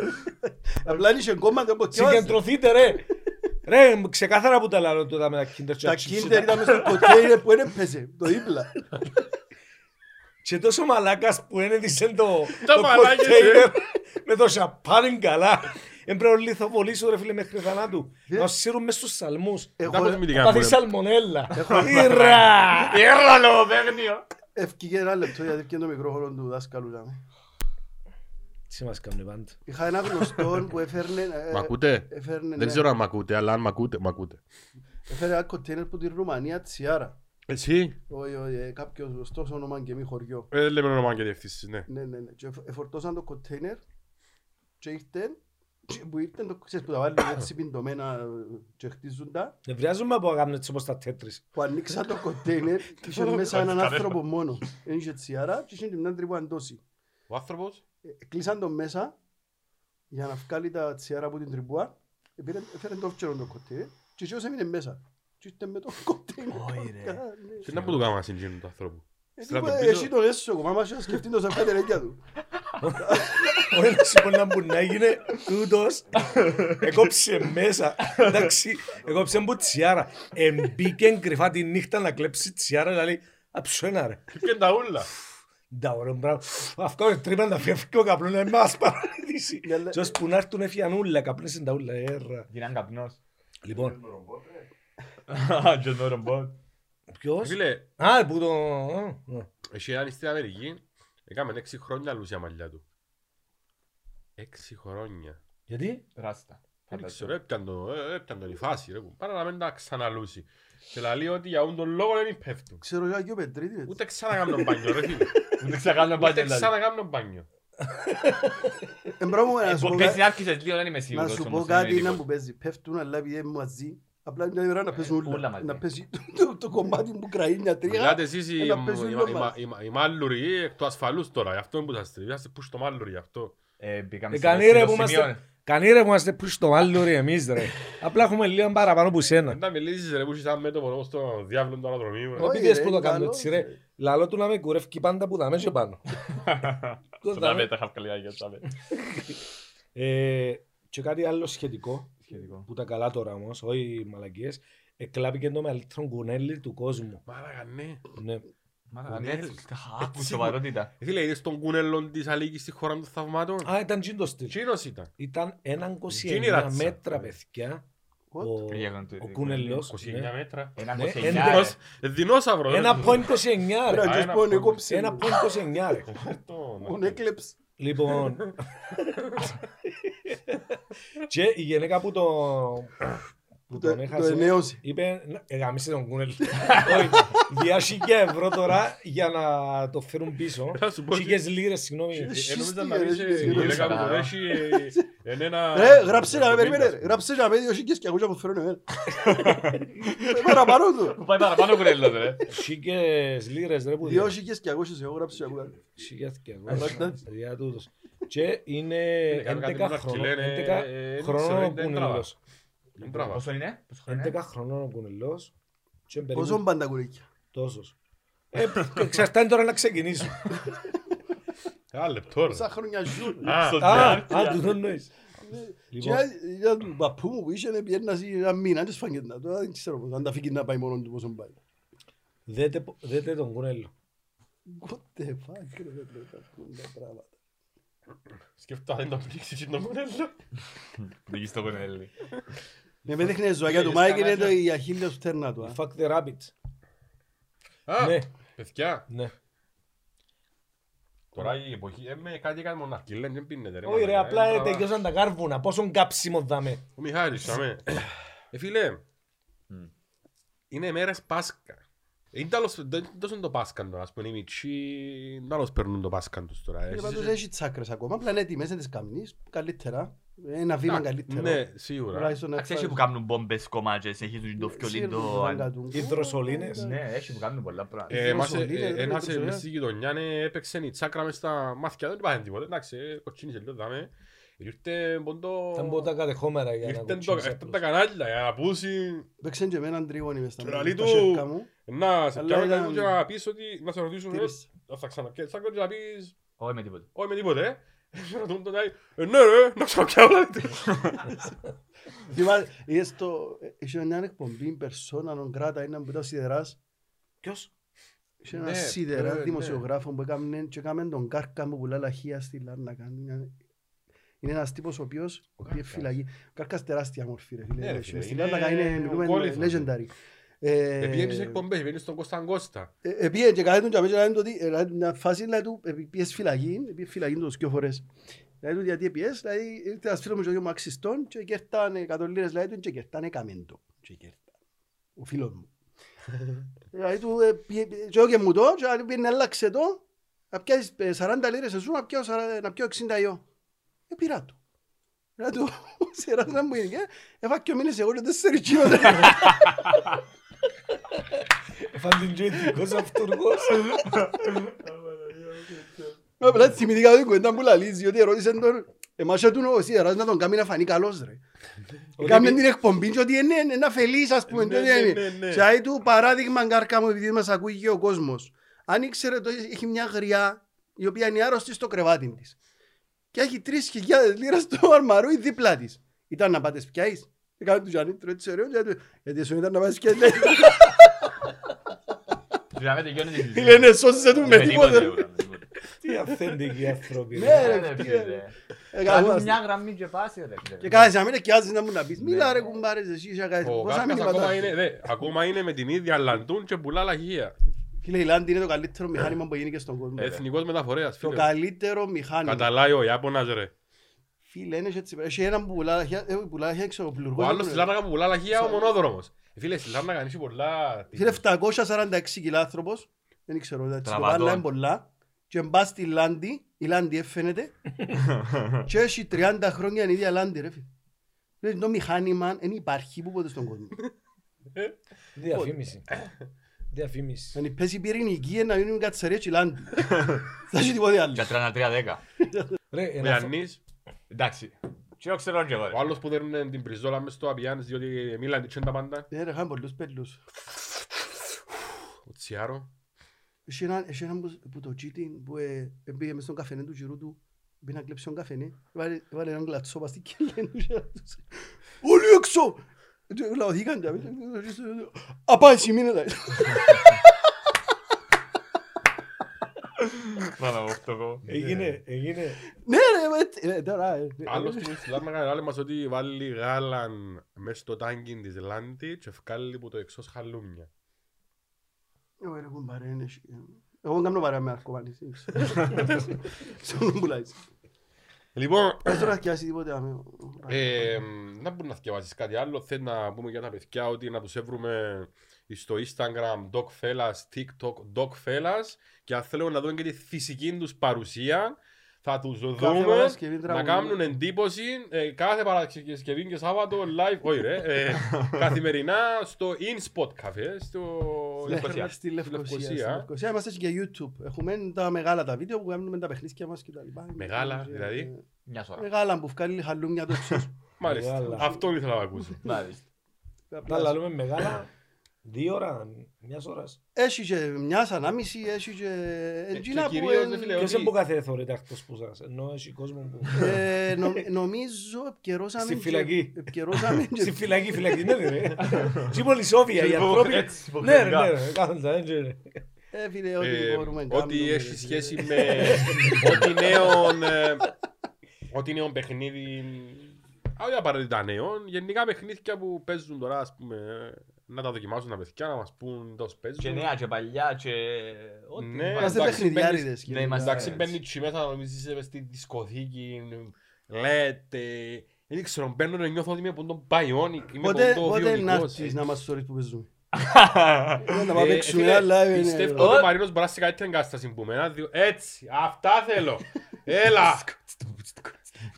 Απλά είχε κόμμα, δεν αποθιάζε. Συγκεντρωθείτε ρε. Ρε, ξεκάθαρα που τα λέω τούτα με τα κίντερ και Τα τα chips. κίντερ ήταν μες στο κοτέινερ που δεν έπαιζε, το δίπλα. Και τόσο μαλάκας που ένεδησε το, Τα το μαλάκες, κοντέινερ με το σαπάνι καλά. Εν πρέπει να λιθοβολήσω ρε φίλε μέχρι θανάτου. Ε. Να σύρουν μες στους σαλμούς. Τα Εγώ αποσμητικά Να μου, πάθει ρε. σαλμονέλα. Ήρα! Ήρρα λογοπαίγνιο. ευκήγε ένα λεπτό γιατί έπιανε το μικρόφωνο του δάσκαλου. τζάμε. Τι μας κάνουν πάντα. Είχα ένα γνωστό που έφερνε... ε, Μ' ακούτε? Έφερνε, ναι, Δεν ξέρω αν μ' ακούτε, αλλά αν μ' ακούτε, μ' ακούτε. έφερνε ένα κοτέινερ που τη Ρουμανία τσιάρα. Εσύ, Όχι, όχι, ε, κάποιος γνωστός όνομα και μη χωριό. ε, δεν λέμε όνομα και διευθύνσεις, ναι. Ναι, ναι, ναι. Και εφ- εφορτώσαν το κοτέινερ και ήρθαν και που ήρθαν, το ξέρεις που τα βάλουν έτσι πιντωμένα ε, και χτίζουν τα, Νευριάζουμε από αγάπη έτσι όπως τα τέτρις. που ανοίξαν το κοτέινερ και είχε μέσα έναν άνθρωπο μόνο. Δεν είχε τσιάρα και είχε την άντρη που αντώσει. Ο άνθρωπος, Ε, Κλείσαν τον μέσα για να βγάλει τα τσιάρα από την τρυπούα. Ε, πήραν- Έφεραν το φτιάρο το κοτέινερ και ο έμεινε μέσα. Και ήρθε με το κοτέινερ. Όχι, ρε. Α, ναι. Τι να που του κάνουμε συγκίνητο του ανθρώπου. Στρατοπίζω. Εσύ το έσω, ο μάμας σου σκεφτεί το σαν τα τερέκια του. Ο ένας λοιπόν να μπορεί να γίνει τούτος, έκοψε μέσα, εντάξει, έκοψε μου τσιάρα. Εμπήκε κρυφά τη νύχτα να κλέψει τσιάρα, δηλαδή, αψένα ρε. Και τα ούλα. Ντα ωραίο μπράβο. Αυτό είναι τρύπα να φεύγει ο καπνός να μας παραδείσει. Ναι, αλλά- Και ως που να έρθουν έφυγαν ούλα, καπνές είναι τα ούλα, έρρα. Γίναν καπνός. Λοιπόν, Τζον Ρομπότ. ποιος? Φίλε, Α, που το... α, ναι. εσύ ήταν στην Αμερική, έκαμε 6 χρόνια λούσια μαλλιά του. 6 χρόνια. Γιατί? Ράστα. Δεν ξέρω, έπιαν το, ε, έπιαν τον η φάση ρε, που. Πάρα να μην τα ξαναλούσει. Και λέει ότι για ούν τον λόγο δεν πέφτουν. Ξέρω για και ο Πετρίτη. Ούτε ξανακάμνω μπάνιο ρε φίλε. Δεν Ούτε ξεχάνω πάντα. δηλαδή. ξανακάμνω μπάνιο. Εμπράβο Ε, να σου πω Πες κάτι. να άρχισες λίγο, δεν είμαι Να σίγουρος. σου πω όμως, κάτι είμαι είναι ειδικός. που παίζει. Πέφτουν αλλά επειδή είναι μαζί. Απλά μια ημέρα να Ε, παίζουν όλα όλα. μαζί. Να παίζει το- το κομμάτι που κραεί μια τρία. Μιλάτε εσείς οι- Ένα παίζουν οι- το οι- μάτι. οι- οι μάλλουροι εκ του ασφαλούς τώρα, γι' αυτό είναι που σας τρίβει. Ας πούς το μάλλουροι γι' αυτό. Ε, μπήκαμε Ε, σε κανεί ρε ένα που σημείο. είμαστε... Κανεί ρε που είμαστε πού στο άλλο ρε εμείς ρε. Απλά έχουμε λίγο παραπάνω που σένα. Δεν τα μιλήσεις ρε που είσαι σαν μέτωπο όπως το διάβλο του αναδρομίου. ρε. Όχι, Επειδή ρε, που το είναι κάνω καλό, έτσι ρε. ρε. Λαλό του να με κουρεύει πάντα που δαμέ και πάνω. Τους Στον δαμέ. Αβέ, τα χαυκαλιά για τον Αβέ. Ε, Και κάτι άλλο σχετικό, που τα καλά τώρα όμως, όχι μαλακίες, εκλάπηκε το μεγαλύτερο κουνέλι του κόσμου. Μάλακα ναι. Ναι. Μάνα, Ναι, έτσι, άκου έτσι, σοβαρότητα. Ε, φίλε, είδες τον κουνέλον της Αλίκης στη χώρα των θαυμάτων. Α, ναι. ήταν τζιν το στυλ. Τσίνος ήταν. Ήταν έναν Τζίνι 29 ράτσα. μέτρα, παιδιά, ο, What? Πήγαιναν του- ο κουνελός. 29 μέτρα. Ένα Ναι, 29, εν- ρε. Δινός- ε, Δεινόσαυρο. ρε. Ένα point 29 Ρε, ρε. Α, και ένα σπον, πόνο. εγώ ψήνω. Ένα point 29 ρε. Το- Τον έκλεψε. Λοιπόν. και η γυναίκα που, το, που Το τον το έχασε ενέωσε. είπε «Να- ε, γαμίσε τον κούνελ. Όχι, διάσηκε ευρώ τώρα για να το φέρουν πίσω. Θα σου πω ότι- Τσίκες λίρες, συγγνώμη. Ε, Ενόμιζα να Σωστή, πεις ρε, ε, η σωστή, γυναίκα που σωστά. τον έχει ε, εν ένα... Ρε, ναι, γράψε να με περίμενε. ρε. Γράψε να με δύο σύγκες και ακούσα που φέρουν εμένα. Ε, Παραπάνω του. Που πάει παραπάνω κουρέλος, ρε. Τσίκες λίρες ρε που Δύο διάσηκε. σύγκες και ακούσα εγώ γράψε να ακούσα. Για τούτος. Και είναι Ε, κάνω κάτι 11 μόνο χρονών- αρχιλένε, 11 ε, δεν ξέρω, χρονών ο είναι τραβά. κουνελός. Είναι τραβά. Πόσο είναι, πόσο Ε. χρόνο είναι. 11 χρονών ο κουνελός. Και περίπου Πόσο πάντα κουρίκια. Τόσος. Ε, Εξαρτάται τώρα να ξεκινήσω. Ένα Ε, λεπτό ρε. Σαν χρόνια ζουν. Α, Στον Α, Τζάρ. α, του δεν νοείς. Και Λοιπόν, ένα- ένα του παππού μου που είχε πιέρνας ένα μήνα και σφάγγε τα. Τώρα δεν ξέρω πώς, αν τα φύγει να πάει μόνο του πόσο πάει. δέτε, πο- δέτε τον κουνέλο. What the fuck, ρε παιδιά, τα ακούν τα πράγματα. Σκέφτομαι αν το πνίξεις είναι το μοντέλο. Πήγε στο κονέλι. Ναι, με δείχνει ζωάκια του Μάικ είναι το η αχίλιος φτέρνα του. α. Fuck the rabbit. Ναι. Α, παιδιά. Ναι. Τώρα η εποχή, ε, με κάτι έκανε μοναρκή, λένε, δεν πίνετε ρε. Όχι ρε, μαλάκα, είναι απλά τραβά. τελειώσαν τα κάρβουνα. Πόσον κάψιμο δάμε. Ε, Ο Μιχάλης, αμέ. Ε, φίλε, Μμ. είναι μέρες Πάσκα. Ε, Είναι τέλος, δεν τόσο το Πάσκα τώρα, ας πούμε, οι μητσοί, τέλος περνούν το Πάσκα τους τώρα. ε. Ε, Εσείς- Πάντως έχει τσάκρες ακόμα, απλά είναι έτοιμες, δεν τις καμνείς, καλύτερα. Ένα βήμα καλύτερα. Ναι, σίγουρα. Τουλάχιστον να Α, ξέρεις φας- που κάνουν μπόμπες κομμάτια, συνεχίζουν το Ξέρεις, φιολίν το το... βάγκα του. Οι δροσολίνες. Ναι, έχει που κάνουν πολλά πράγματα. Ε, μας- ε, Ρωσολίδα, ε, ρε, ένας, Ρωσολίδα. ε, μες στη γειτονιά ε, έπαιξε η τσάκρα μες στα μάτια, δεν υπάρχει τίποτα. Εντάξει, ε, κοτσίνησε λίγο, δάμε. Ήρθε ποντό... Θα μπω τα κατεχόμερα για να Ήρθε το- κουτσίνεις ήρθαν τα απλώς. κανάλια ε, για να πούσει. Παίξαν και με έναν τρίγωνη μες στα Του μάτια, λαλεί τα του- σέρκα μου. Να σε Αλλά πιάνω ήταν- κάτι και να πεις ότι... Να σε ρωτήσουν, ε, Τήρησε. να θα ξαναπιάσεις τσάκρα και να πεις... Όχι με τίποτα. Όχι με τίποτε, ε. Και να τον τον λέει, «Ε, ναι ρε, να ξαναπιάω δηλαδή». Θυμά- είδες το- ε, Είχε μια εκπομπή Persona non grata, έναν που ήταν σιδεράς. Ποιος? Είχε ένα Ναι, σίδερα ναι, ναι. δημοσιογράφο που έκαμνε και έκαμεν τον Κάρκα μου που λέει λαχεία στη Λάρνακα. Είναι- Είναι ένας τύπος ο οποίος πήγε Κάρκας. φυλακή. Ο Κάρκας τεράστια μορφή ρε Ναι, φίλε. ρε, Μες φίλε, Στη είναι Λάρνακα είναι μιλούμε, ογκόλυθος. legendary. Ε, Ε, πήγαινε στις εκπομπές, πήγαινε στον Κώσταν Κώστα. ε, ε, Πήγε και κάθε του και αμέσως λέει του ότι, ε, λέει μια φάση λέει του ε, πήγε στη φυλακή, ε, πήγε φυλακή τους δυο φορές. Λέει του γιατί πιες, λέει ήρθε ένας φίλος μου και ο γιος μου αξιστών και κέρτανε 100 λίρες λέει του και κέρτανε καμέντο. Και κέρτανε. Ο φίλος μου. Δηλαδή του ε, πήγε- πήγε- και όχι μου το, και αν πήγαινε άλλαξε το, να πιάσεις ε, 40 λίρες εσύ να πιω, 40 να πιω 60 ιό. Ε, πειρά το. Λέει του, σε ράζα μου είναι, έφαγε ο μήνες εγώ και τέσσερις κιλό. Φαντήν και ειδικός αυτούργος. Απλά θυμηθήκα την κουβέντα που λαλείς, διότι ερώτησαν τον Εμάς έτουν ο Σιδεράς να τον κάνει να φανεί καλός ρε. Κάμε την εκπομπή και ότι ε, ναι, είναι ένα φελής ας πούμε. Ναι, τότε ναι, είναι. ναι, ναι. Και άει του παράδειγμα κάρκα μου επειδή μας ακούει και ο κόσμος. Αν ήξερε ότι έχει μια γριά η οποία είναι άρρωστη στο κρεβάτι της. Και έχει 3.000 λίρα στο αρμαρούι δίπλα της. Ήταν να πάτε Ε, πιάεις. Έκανε του Γιάννη τρώτη ωραίο και του- γιατί σου ήταν να πας πιάεις. λέει. Δηλαδή τελειώνει τη συζήτηση. Λένε σώσισε του με τίποτε. Τι αυθεντικοί άνθρωποι. Ναι, ρε. ρε. Δεν τι φίλε. Ε, Κάνει καλά, μια γραμμή και πάση ρε. Και κάθεσαι να μην κοιτάζεις να μου να πεις Μίλα ρε κουμπάρες εσύ είσαι κάτι Ο Πόσα Κάρκας Ναι. ακόμα μηνύματα είναι, δε, ακόμα είναι με την ίδια λαντούν και πουλά λαγεία. Φίλε η Λάντη είναι το καλύτερο μηχάνημα που γίνεται στον κόσμο Εθνικός μεταφορέας, Ναι, Το φίλε. καλύτερο μηχάνημα Καταλάει ο Ιάπωνας, ρε. Φίλε είναι έτσι Έχει έναν που πουλά χιά- ε, που πουλά χιά εξοπλουργό Ο άλλος στη Λάρνακα που πουλά λαχεία, ο μονόδρομος. Ε, Φίλε, στη Λάρνακα είναι πολλά... Ε, Φίλε 746 κιλά άνθρωπος Δεν ξέρω τα Τραβατών. τσιλοπάλα είναι πολλά Και μπα στη Λάντη Η Λάντη έφαινεται Και έχει 30 χρόνια είναι η ίδια Λάντη ρε φίλε Φίλε, Το μηχάνημα δεν υπάρχει που ποτέ στον κόσμο Διαφήμιση. Διαφήμιση. Αν πέσει η πυρηνική να μείνουν κατσαρίες η Λάντη Θα έχει τίποτε άλλο Για 33-10. Ρε, Ο ένα Ιαννής, Εντάξει. Τι εγώ ξέρω και εγώ. ρε. ο άλλος που δέρνουν την πριζόλα μες στο Απιάνης, διότι μίλαν τη τσέντα πάντα. Ε, ρε, είχαμε πολλούς πέλους. Ο Τσιάρο. Έχει έναν- έχει έναν που- που το τσίτι που ε, ε, πήγε μες στον καφενέ του γυρού του, πήγε να κλέψει τον καφενέ, έβαλε- έβαλε έναν κλατσό πας στην κελέν του και τους, Όλοι έξω! Του λαωθήκαν και αμέσως, «Απά, εσύ μείνε», λέει. Να να βγω εγώ. Έγινε, έγινε. Ναι, ρε, μα, έτσι, ε, τώρα, ε, ε, Άλλος που στη Λάρνακα λέει μας ότι βάλει γάλαν μες στο τάγκιν της Λάντη και ευκάλλει που το εξώς χαλούμια. ε, ωραία, έχουν παρέα, είναι, εσύ. Εγώ κάνω παρέα με αρκωμάνης, δεν ξέρω. Στον ομπουλάις. Λοιπόν, Δεν θέλω να σκιάσει τίποτε, αμέ. Ε, να μπορείς να θυκευάσεις κάτι άλλο. Θέλω να πούμε για τα παιδιά ότι να τους έβρουμε στο Instagram DocFellas, TikTok DocFellas και αν θέλουν να δουν και τη φυσική τους παρουσία θα τους Κάθε δούμε Παρασκευή να τραγουδούν. κάνουν εντύπωση ε, κάθε Παρασκευή και Σάββατο live, όχι ρε, ε, καθημερινά στο InSpot Cafe, στο Ναι, Λευκοσία. Στη Λευκοσία. Λευκοσία. στη Λευκοσία. Είμαστε και για YouTube. Έχουμε τα μεγάλα τα βίντεο που κάνουμε τα παιχνίδια μας και τα λοιπά. Μεγάλα, Ε, δηλαδή? Μια σωρά. Μεγάλα που βγάλει χαλούμια το ξύσου. Μάλιστα, Μεγάλα. αυτό ήθελα να ακούσω. Μάλιστα. Ναι. Να λαλούμε μεγάλα. Δύο ώρα, μιας ώρας. Έχει και μιας ανάμιση, έχει και εντζίνα και που... κυρίως, εν- ρε φίλε, Ποιος ότι- δεν που κάθε θεωρείται αυτός που σας. Ενώ έχει κόσμο που... ε, νο- Νομίζω επικαιρώσαμε... Στη και- φυλακή. Επικαιρώσαμε και- Στη φυλακή, φυλακή, ναι ρε. Τι πολυσόφια, οι Υπο- ανθρώποι. έτσι, Ναι ρε, υποχρεωτικά. ναι ρε, κάθοντα, δεν ξέρω. Ε, φίλε, ό,τι Ε, μπορούμε να Ό,τι κάνουμε, έχει ρε, σχέση φίλε. με. Ό,τι νέον. ε, Ό,τι νέον παιχνίδι. α, Όχι απαραίτητα νέων. Γενικά παιχνίδια που παίζουν τώρα, ας πούμε. ε, Να τα δοκιμάσουν τα παιδιά, να μας πούν τόσο παίζουν. Και νέα και παλιά και... ό,τι Ναι, υπάρχει. Είμαστε εντάξει, παιχνιδιάριδες. Ναι, κύριε. είμαστε- Εντάξει, Ε, μπαίνει εκεί μέσα να νομίζεις είσαι μες στη δισκοθήκη. Λέτε. Δεν ξέρω, μπαίνω να νιώθω ότι είμαι από τον Bionic. Είμαι από Πότε- τον Πότε να Βιονικός. έρθεις Ε, να μας σωρείς που παίζουμε. Ε, Να πάμε ε, παίξουμε φίλε, ένα live. Πιστεύω είναι- ότι ο Μαρίνος μπορεί να σε καλύτερη εγκατάσταση που εμένα, διό- Έτσι, αυτά θέλω. Έλα.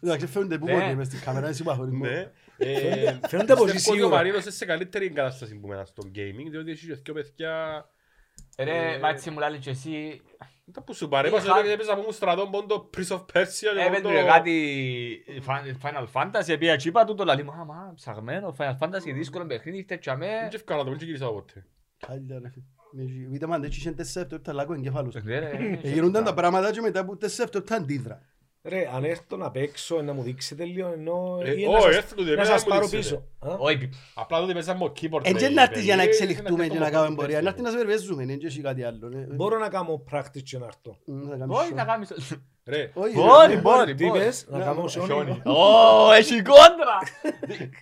Εντάξει, φαίνονται που Ναι. μόνοι μες στην κάμερα, είναι συμπαχωρισμό. Ναι. Ε, Φαίνονται από πιστεύω ότι ο σίγουρα. Μαρίνος είναι σε καλύτερη κατάσταση που εμένα στο gaming, διότι έχει και δυο παιδιά... Ρε, μα έτσι μου λέει και εσύ, Τα που σου παρέπασε, Είχα- ότι έπαιζα από μου στρατό πόντο Prince of Persia και Έβαινε πόντο... ρε κάτι Fan- Final Fantasy, επί ατσίπα του το λαλί μου, άμα ψαγμένο, Final Fantasy, δύσκολο παιχνίδι, ήρθε και αμέ. Ε, Δεν και ευκάλα το, δεν και γύρισα ποτέ. Χάλια, ρε φίλε. Με γι- Βίτε μαντέ, έτσι είχε τέσσερα επτά λάκκο εγκεφάλους. Ρε, ρε, Ε, Γινούνταν τα πράγματα και μετά από τέσσερα επτά αντίδρα. Ρε, αν έρθω να παίξω, να μου δείξετε λίγο, ενώ... Ε, ή όχι, να σας- έρθω του, Να εμένα σας μου πάρω δείξετε. πίσω. Α, Όχι, Απλά τότε παίζαμε ο keyboard. Έτσι λέει, Ε, να έρθεις για να παιδί, εξελιχτούμε να και να κάνουμε κάνουμε πορεία. Να έρθεις πορεία. να σε περιπέζουμε, έτσι έχει κάτι άλλο. ναι. Μπορώ να κάνω practice και να έρθω. Μ, θα κάνεις όχι show. να κάνεις... Ρε, Όχι, Μπορεί, ρε, μπορεί, Τι μπορεί. είπες, να Ναι, κάνω ναι, σιόνι. Ω, έχει κόντρα!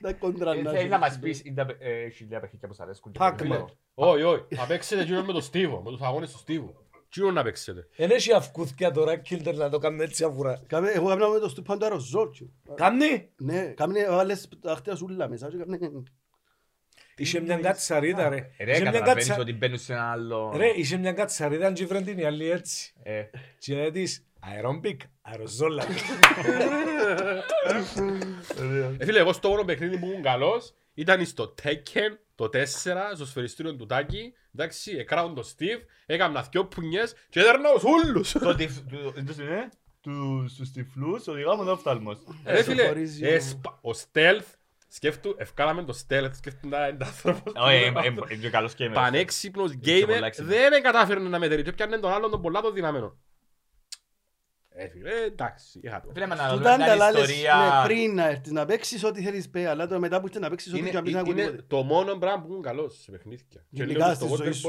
Τα κόντρα Ε, να Θέλεις έχεις. να μας πεις, είναι τα- ε, χιλιά παιχνίδια που σας αρέσκουν. και Pac-Man. βλέπω. όχι, όχι, να παίξετε εκείνο με τον Στίβο, με τους αγώνες του Στίβου. Εκείνο να παίξετε. Εν έχει αυκούθκια τώρα, Κίλτερ, να το κάνουμε έτσι αφουρά. Κάμε- Εγώ κάμνα με το στουπάν του αεροζόρτσου. Κάμνει! Ναι, κάμνε βάλες τα χτεία σούλα μέσα και κάμνε- Είχε μια κατσαρίδα, ρε. Ναι. Ρε, Είχε μια καταλαβαίνεις κατσα- ότι μπαίνουν σε ένα άλλο... Ρε, είχε μια κατσαρίδα, αν και βρουν την η άλλη έτσι. Ε, Και να της, αερόμπικ, αεροζόλα. Ε, Φίλε, εγώ στο μόνο παιχνίδι που ήμουν καλός ήταν στο Tekken, το 4, στο σφαιριστήριο του Τάκη. Εντάξει, εκράουν τον Steve, έκανα δυο πουνιές και έδερνα τους όλους. το τι- του- του- ε, τους στους τυφλούς οδηγάμε τον όφθαλμος. Ρε φίλε, ξεχωρίζει ε, ο- σπα- ο stealth, σκέφτου, ευκάλαμε το stealth, σκέφτου να είναι άνθρωπος. Όχι, είναι πιο καλός gamer. Πανέξυπνος πολλά gamer, έξυπνος. δεν κατάφερνε να μετερεί, και πιάνε τον άλλον τον πολλά το δυναμένο. Ε, φίλε, εντάξει, είχα το. Πρέπει να Του αναλογούμε τα την άλλη ανταλλάλες ναι, ιστορία. πριν να έρθεις να παίξεις ό,τι θέλεις πέ, αλλά το μετά που ήρθες να παίξεις ό,τι Είναι, και να πεις να είναι ακούει τίποτε. το μόνο πράγμα που είναι καλό σε παιχνίδια. Και Γενικά λέω το στη ζωή σου.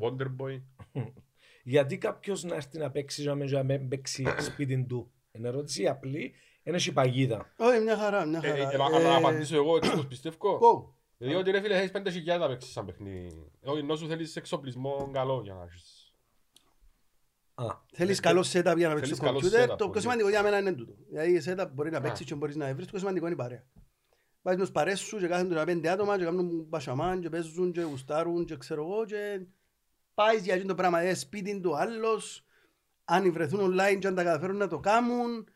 Wonderboy, Wonderboy, Γιατί κάποιος να έρθει να παίξει να μην- να μην παίξει σπίτι του. Είναι ερώτηση απλή, είναι έχει παγίδα. Όχι, μια χαρά, μια Ε, ε, ε, χαρά. μα- Να Ε, απαντήσω εγώ έτσι όπως πιστεύω. go. Διότι ρε φίλε έχεις 5.000 να παίξεις σαν παιχνίδι. Όχι, ενώ σου θέλεις εξοπλισμό καλό για να έχεις. Α, Θέλεις καλό setup για να παίξεις Ναι, Θέλεις το καλό computer. setup, Το πιο πολύ. σημαντικό για μένα είναι τούτο. Δηλαδή setup μπορεί να παίξεις και μπορείς να βρεις. Το πιο σημαντικό είναι η παρέα. Βάζεις με τους παρέες σου και κάθονται τα πέντε άτομα και κάνουν μπασαμάν και παίζουν και γουστάρουν και ξέρω εγώ και πάεις για εκείνο το πράγμα. Ε, σπίτι του άλλος, αν βρεθούν online και αν τα καταφέρουν να το κάνουν.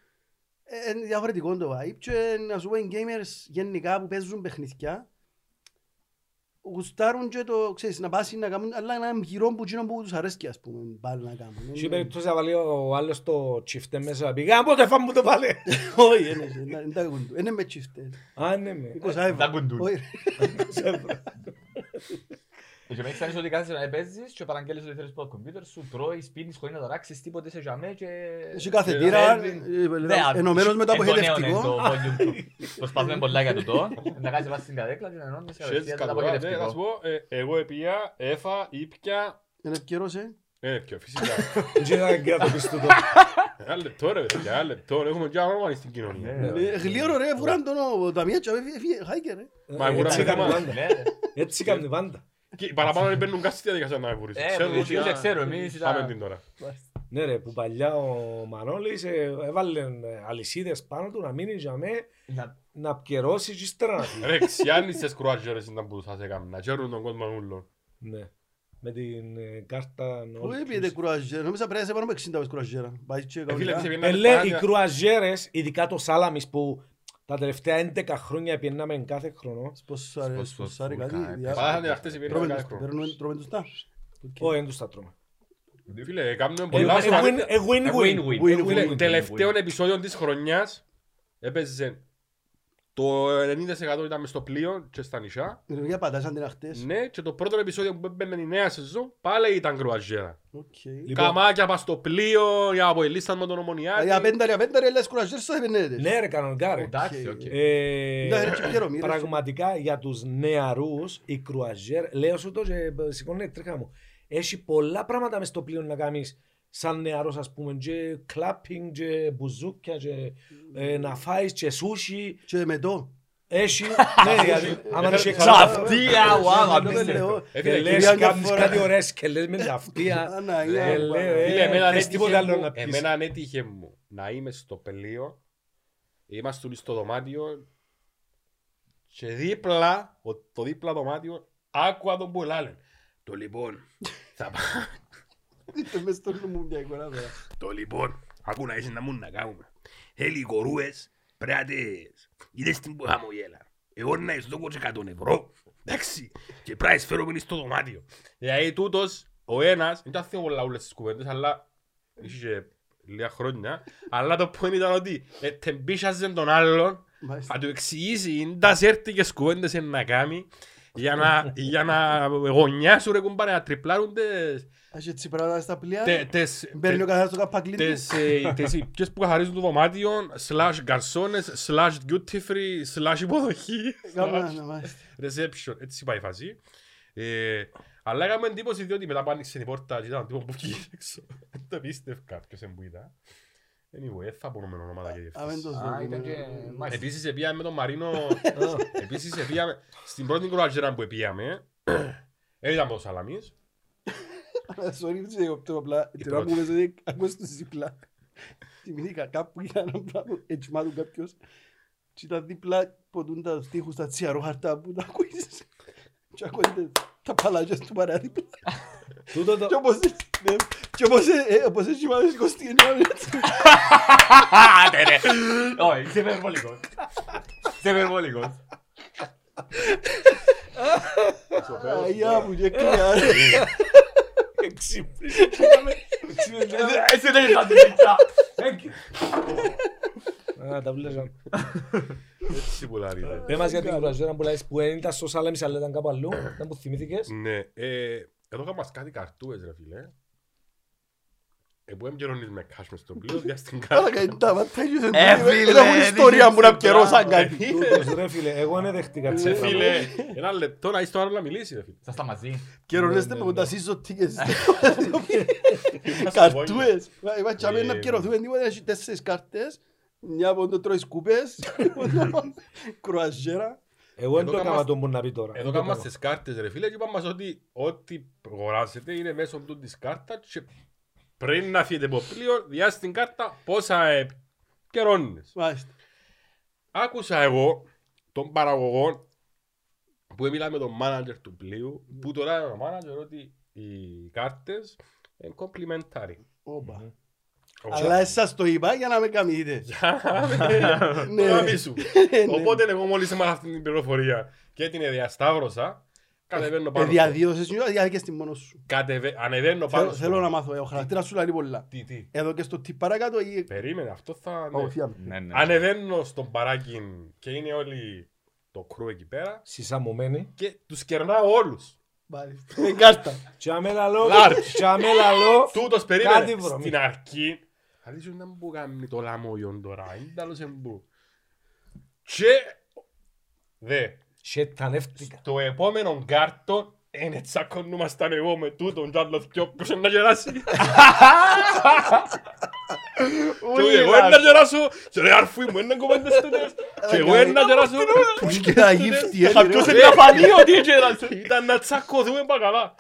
Ε, Είναι διαφορετικό το vibe και να σου πω οι gamers γενικά που παίζουν παιχνιδιά γουστάρουν και το, ξέρεις, να πάσει να κάνουν, αλλά να είναι γυρό που εκείνο που τους αρέσκει, ας πούμε, πάλι να κάνουν. Σε Είναι- περίπτωση να βάλει ο άλλος το τσιφτέ μέσα. Πήγα, πότε φάμε μου το βάλε. Όχι, δεν έχει, δεν τα κουντού. Είναι με τσιφτέ. Α, ναι, με. 20 ευρώ. τα κουντούν. Όχι, ρε. Και με ξέρεις ότι κάθεσαι να παίζεις και παραγγέλνεις ότι θέλεις από το κομπιούτερ σου, τρώεις, πίνεις χωρίς να ταράξεις τίποτε σε γιαμέ και... Έχει καθετήρα, ε, pues, ενωμένος με το αποχαιρετευτικό. αποχαιρετικό. Προσπαθούμε πολλά για τούτο. Να κάνεις βάση στην καδέκλα και να ενώνεις Ξέρεις κατευθείαν το καλά, ναι, να σου αποχαιρετευτικό. πω, ε, εγώ επία, έφα, ήπια, Είναι ευκαιρός, ε. ε, πιο φυσικά. Δεν θα κρατοποιήσω το. Ένα λεπτό ρε παιδιά, ένα λεπτό, έχουμε και άμα στην κοινωνία. Ναι. Ε, Γλίωρο, ρε, βουράν τον ο Ταμιέτσο, έφυγε, χάικε, ρε. Μα εγώ Έτσι να κάνει κάνω- πάντα. Ναι, ρε. Έτσι κάνει πάντα. Και οι παραπάνω δεν παίρνουν κάτι στη διαδικασία να με βουρήσουν. Ε, Ξέρουν βουρήσουν, ότι, α, ξέρω, εμείς ήταν- Πάμε την τώρα. Ναι ρε, που παλιά ο Μανώλης ε, έβαλε αλυσίδες πάνω του να μείνει για μέ, Να- να πιερώσει και ύστερα να φύγει. Ρε, ξιάνεις τις κρουάτζερες ήταν που σας έκαναν, να ξέρουν τον κόσμο ούλο. Ναι. Με την ε, κάρτα... Πού έπιετε κουραζιέρα, νόμιζα πρέπει να είσαι πάνω από 60 πες κουραζιέρα. Πάει και Ε, φίλε, κανονικά. ξεπερνάνε Ελέ, οι παράνοια. κρουαζιέρες, ειδικά το Σάλαμις που τα τελευταία 11 χρόνια πιέναμε κάθε χρόνο. Σποσάρε, σποσάρε, κάτι. διά- Παράνοια αυτές οι Τρώμε περίπτωσεις τους, κάθε χρόνο. παίρνουμε- τρώμε τους τα. Όχι, δεν τους τα τρώμε. Φίλε, έκαναν Ε, πολλά σοβαρά- win- ε, Win-win. Win-win. Win-win. Win-win. Φίλε, Win-win. τελευταίων επεισόδιων της χρονιάς έπαιζε το 90% ήταν μες στο πλοίο και στα νησιά. Ρε, παιδιά, πατάς αν την αχτές. Ναι, και το πρώτο επεισόδιο που έμπαινε η νέα σεζόν πάλι ήταν κρουαζιέρα. Οκ. Λοιπόν, Καμάκια πας στο πλοίο, για αποελίσταν με τον ομονιάτη. Δηλαδή, απένταρε, απένταρε, λες κουραζιέρες, σας επενέδες. Ναι ρε, κανονικά ρε. Εντάξει, οκ. Ε, Ναι, ρε, και πιέρω, μη, ρε. Πραγματικά για τους νεαρούς η κρουαζιέρ, λέω σου το και ε, σηκώνει τρίχα μου, έχει πολλά πράγματα μες στο πλοίο να κάνεις σαν νεαρός ας πούμε και κλάπινγκ και μπουζούκια και ε, να φάεις και σούσι Και με το. έχει, ναι, γιατί Ε, άμα eh, έχει Ξαφτία, wow, Λέω, απίστευτο. Ε, και φίλε, λες κυρία, μια κάνεις φορά. κάτι ωραίες και λες με Ah, ταυτία Αναγία. Ε, λέω, ε. né? Φίλε, εμένα θες έτυχε τίποτα άλλο μου- να πεις. Εμένα αν έτυχε μου να είμαι στο πελίο, είμαστε όλοι στο δωμάτιο και δίπλα, ο- το δίπλα δωμάτιο, άκουα τον που ελάλε. Το λοιπόν, θα πά- Είτε μες στο ρυθμό μου μια εικόνα, βέβαια. το λοιπόν, άκου να είσαι να μου να κάνουμε. Θέλει κορούες, πράτες, είδες την που χαμογέλα. Εγώ να είσαι τόκος και εκατόν ευρώ, εντάξει, και πρέπει να σφέρομαι στο δωμάτιο. Δηλαδή τούτος, ο ένας, δεν τα θυμώ πολλά όλες τις κουβέντες, αλλά είχε λίγα χρόνια, αλλά το point ήταν ότι ε, τεμπίσαζε τον άλλον, Μάλιστα. θα του εξηγήσει, τα σέρτη και σκουβέντες είναι να κάνει, για να, για να γωνιάσουν ρε κουμπάρε, να τριπλάρουν τις- Έχει έτσι πράγματα στα τε- πλοία. τις- Μπαίνει ο καθένας στο καπακλί του. τις, ε, τις υπηρεσίες που καθαρίζουν το δωμάτιο, slash γκαρσόνες, slash duty free, slash υποδοχή, Κάμερα, slash ναι, μάλιστα. reception. Έτσι πάει η φάση. Ε, αλλά έκαμε εντύπωση διότι μετά που άνοιξε την πόρτα και ήταν ο τύπος που βγήκε έξω. Δεν το πίστευκα ποιος εν που ήταν. Anyway, θα πούμε ονόματα και Α, δεν το διευθύνσεις. Α, δούμε. ήταν και- μάλιστα. Επίσης επήγαμε με τον Μαρίνο, επίσης επήγαμε, στην πρώτη κουραγέρα που επήγαμε, δεν ήταν με το Σαλαμίς, Αλλά, sorry, δεν σε διακόπτω απλά. Την ώρα που πρώτη. μου έπαιζε, ακούς τους ζυπλά. Θυμήθηκα κάπου για ένα πράγμα, έτσι μάλλον κάποιος. Και ήταν δίπλα, ποτούν τα στίχους, τα τσιαρόχαρτα που τα ακούεις. Και ακούγεται τα παλάτια του παρέα δίπλα. Τούτο το- Και όπως έτσι, ναι. Και όπως ε, ε, όπως έτσι μάλλον η Κωστίνα, έτσι. Άντε ρε. Όχι, είσαι υπερβολικός. Είσαι υπερβολικός. Αγιά μου, και κλαία, ρε. Ξύπνησε, Ε, Εσύ δεν είσαι αντιληπτά. Α, τα βλέπω. Έτσι πουλάρει. Πες μας για την κουραζόρα που λες που δεν ήταν στο Σάλεμις αλλά ήταν κάπου αλλού, δεν που θυμήθηκες. Ναι, ε, εδώ έκαμε κάτι καρτούες ρε φίλε. Ε, που εμπειρώνεις με cash μες στο πλοίο, διάς την κάρτα. Ε, φίλε, Έχουν ιστορία που να δείξε το πιερώσαν πράγμα. κάτι. Ε, Τούτος ρε φίλε, εγώ δεν δέχτηκα Σε τσέπα. Ναι, φίλε, ένα λεπτό να είσαι το άλλο να μιλήσεις ρε φίλε. Θα στα μαζί. Ναι, Καιρονέστε με ναι, που τα ναι. σύζω τίκες. Καρτούες. Είπα τσάμε να Ε. πιερωθούμε τίποτα, έχει τέσσερις κάρτες. Μια από το τρώει σκούπες. Κρουαζέρα. Εγώ δεν Εδώ το έκανα κάμαστε- το που να πει τώρα. Εδώ κάνουμε στις κάρτες ρε φίλε και είπαμε μας ότι ό,τι αγοράσετε είναι μέσω του της κάρτας και πριν να φύγετε από πλοίο, διάς την κάρτα πόσα ε, καιρώνεις. Μάλιστα. Άκουσα εγώ τον παραγωγό που μιλά με τον μάνατζερ του πλοίου που τώρα είναι ο μάνατζερ ότι οι κάρτες είναι complimentary. Όπα. Ο- Αλλά εσάς το είπα για να με καμιείτε. Το Ναι. γάμι σου. Ναι. Οπότε εγώ μόλις έμαθα αυτή την πληροφορία και την διασταύρωσα, κατεβαίνω Ε, πάνω. στο- Διαδίωσες νιώ, διάδικες τη μόνος σου. κατεβα- Ανεβαίνω πάνω. Θέλω- στο- Θέλω να μάθω, ε, ο χαρακτήρας σου λέει πολλά. Τι, τι. Εδώ και στο τι παρακάτω ή... Περίμενε, αυτό θα... ναι. Παγωθία. Ναι, ναι. Ανεβαίνω στον παράκι και είναι όλοι το κρού εκεί πέρα Συσαμωμένη. και τους κερνάω όλους. Μάλιστα. Με κάρτα. Τσάμε λαλό, Large. τσάμε λαλό. Τούτος Κάτι περίμενε βρωμή. στην αρχή. Αρίσου να μου κάνει το λαμόγιον τώρα. Είναι τέλος εμπού. Και δε. Σετανεύτηκα. Το επόμενο κάρτο είναι τσακωνούμασταν εγώ με τούτον κι άλλο δυο ποιος είναι να γεράσει. Και εγώ είναι να γεράσω και ρε αρφή μου είναι κομμέντες τούτες. Και εγώ είναι να γεράσω. Πώς και τα γύφτη, ε, Κάποιος ρε. είναι να φανεί ότι έτσι Ήταν να τσακωθούμε παγαλά.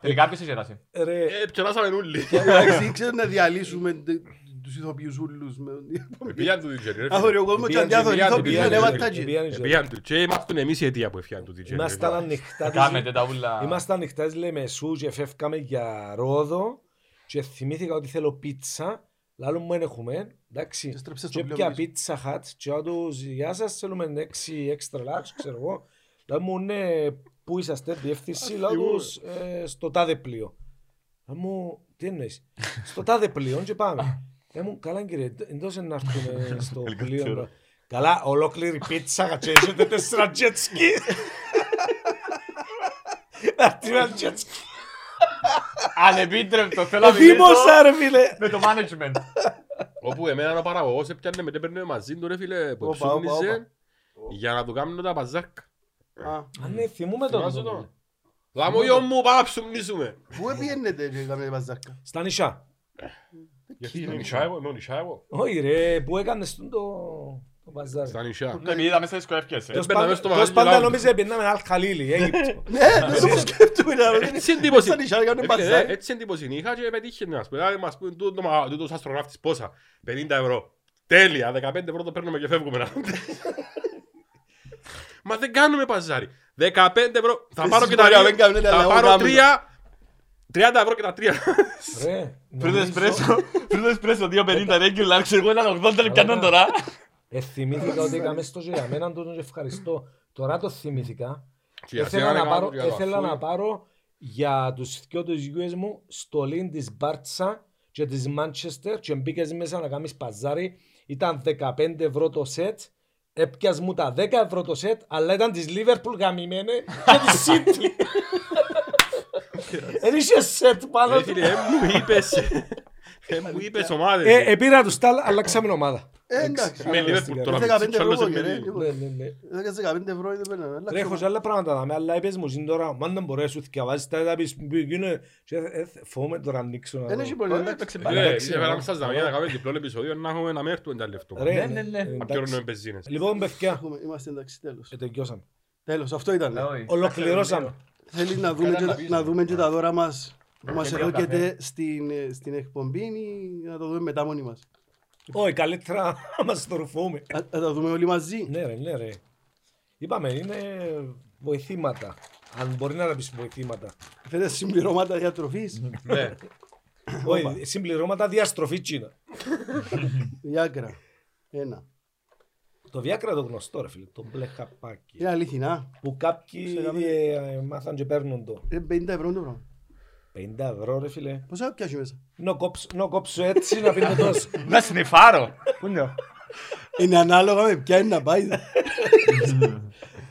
Τελικά ποιος σε γεράσει. Ρε, Ε, πιεράσαμε νουλί. Εντάξει, ξέρω να διαλύσουμε τε- τους ηθοποιούς ούλους. με- Πήγαν του DJ ρε Άθωροι φίλε. ο κόσμος και Επίαν- αδιάθωροι επίαν- ηθοποιοί επίαν- είναι επίαν- βαστάτζι. επίαν- Ε, Πήγαν του και ήμασταν εμείς η αιτία που έφυγαν του DJ ρε Ήμασταν φίλε. ανοιχτά. της- Κάμετε τα ούλα. Ήμασταν ανοιχτά της Λεμεσού και φεύγαμε για Ρόδο και θυμήθηκα ότι θέλω πίτσα. Λάλλον μου δεν έχουμε. Και Εντάξει. στρέψε στο Και πλέον πια πίσω. πίτσα χατ. Και να τους γεια σας θέλουμε έξι extra large ξέρω εγώ. Λέω μου ναι πού είσαστε διεύθυνση. Λέω τους «Ε, στο τάδε πλοίο. Λέω μου τι εννοείς. Στο τάδε πλοίο και πάμε. Λέω μου καλά κύριε εντός να έρθουμε στο πλοίο. Καλά, ολόκληρη πίτσα κατσέζεται τέσσερα τζετσκι. Να έρθει ένα τζετσκι. Ανεπίτρεπτο, θέλω να μιλήσω Θύμωσα ρε φίλε. με το management. Όπου εμένα ο παραγωγός έπιανε με τέπαιρνε μαζί του ρε φίλε που Όπα, όπα, ψούμνιζε για να του κάνουν τα παζάκ. Α, Α, ναι, θυμούμε Θυμάσαι τον. το. Λαμόγιον μου πάμε να ψουμνίσουμε. Πού επίεννετε και έκαμε βαζάκα. Στα νησιά. Γιατί είναι νησιά εγώ, είναι νησιά εγώ. Όχι ρε, που έκανες τον το- το μπαζάρι. Στα νησιά. Ναι, είδαμε σε δυσκολεύκεσαι. Τέλος Έμπαινα πάντων- μες στο τέλος μαγαζί πάντων λάδι. νόμιζε επειδή είναι Αλχαλίλη, Αίγυπτο. Ναι, δεν το μου σκέφτομαι να ρωτήσω. Έτσι εντύπωση. ε, Σαν νησιά, κάνουν Ε, μπαζάρ. ε, Έτσι εντύπωση είχα και πετύχε να πούμε. Άρα μας πούν τούτο- μα, τούτος αστροναύτης πόσα. 50 ευρώ. Τέλεια. 15 ευρώ το παίρνουμε και φεύγουμε. να δούμε. Μα δεν κάνουμε παζάρι. 15 ευρώ. Θα Εσείς πάρω και τα μπορεί να δύο. μην κάνετε, αλλά Θα εγώ πάρω κάνω. τρία. 30 ευρώ και τα τρία. Ρε, Πριν το νομίζω- εσπρέσο, πριν το εσπρέσο 2.50 regular, ξέρω εγώ έναν 80 λεπτά τώρα. Ε, θυμήθηκα ότι έκαμε στο γεραμέναν τον και ευχαριστώ. Τώρα το θυμήθηκα. Και η Ήθελα Αρσένα να έκαμε πάρω, το για το ήθελα αφού. να πάρω για τους δυο τους γιους μου στολή της Μπάρτσα και της Μάντσεστερ και μπήκες μέσα να κάνεις παζάρι. Ήταν 15 ευρώ το σετ. Έπιας μου τα 10 ευρώ το σετ, αλλά ήταν της Λίβερπουλ γαμημένη και της Σίτλι. Δεν είχε σετ πάνω Ρε του. φίλε, ε, μου είπες. ε, Μου είπες ομάδες. Ε, Επήρα τους τα, αλλάξαμε ομάδα. Ε, Εντάξει. Με Liverpool τώρα. 15 μισή, τσάλωσε ευρώ, με ρε, Liverpool. λίγο. Ναι, ναι, ναι. Εδώ και 15 ευρώ είναι πέρα. αλλάξε Τρέχω σε το. άλλα πράγματα να με, αλλά είπες μου σύν τώρα, μα αν δεν μπορείς σου θυκιαβάζεις τα να πεις «Μπι, γίνε». Και, ε, θε- φοβούμαι τώρα να ανοίξω να Δεν δω. έχει πολύ. εντάξει. Ε, Πάλι ρε, εντάξει, έβαλα ναι. μέσα στα ζαμιά να κάνουμε διπλό επεισόδιο, να έχουμε να μέρτουμε τα λεφτό. Ρε, Ναι, ναι, ναι. εντάξει. Να πιέρνουμε μπεζίνες. Λοιπόν, παιδιά, Έχουμε- Είμαστε εντάξει, τέλος. ε, τελειώσαμε. Τέλος, αυτό ήταν. Ολοκληρώσαμε. Θέλει να δούμε Καλά και να τα- πεις, να ρε. δούμε και τα δώρα μας που μας και πιο καφέ. ερώτηκε στην, ε, στην εκπομπή ή να το δούμε μετά μόνοι μας. Όχι, καλύτερα να μας το ρουφούμε. Α- Να τα δούμε όλοι μαζί. Ναι ρε, ναι ρε. Είπαμε, είναι βοηθήματα. Αν μπορεί να τα πεις βοηθήματα. Θέλετε συμπληρώματα διατροφής. Ναι. Όχι, συμπληρώματα διαστροφή Κίνα. Διάκρα. Ένα. Το Viagra το γνωστό ρε φίλε, το μπλε χαπάκι. Είναι αληθινά. Που κάποιοι Ξέραμε. ε, ε, μάθαν και παίρνουν το. Είναι 50 ευρώ το πράγμα. 50 ευρώ ρε φίλε. Πόσα θα πιάσει μέσα. Να κόψω- Να κόψω έτσι να πίνω τόσο. Να σνιφάρω. Πού είναι. Είναι ανάλογα με ποια είναι να πάει.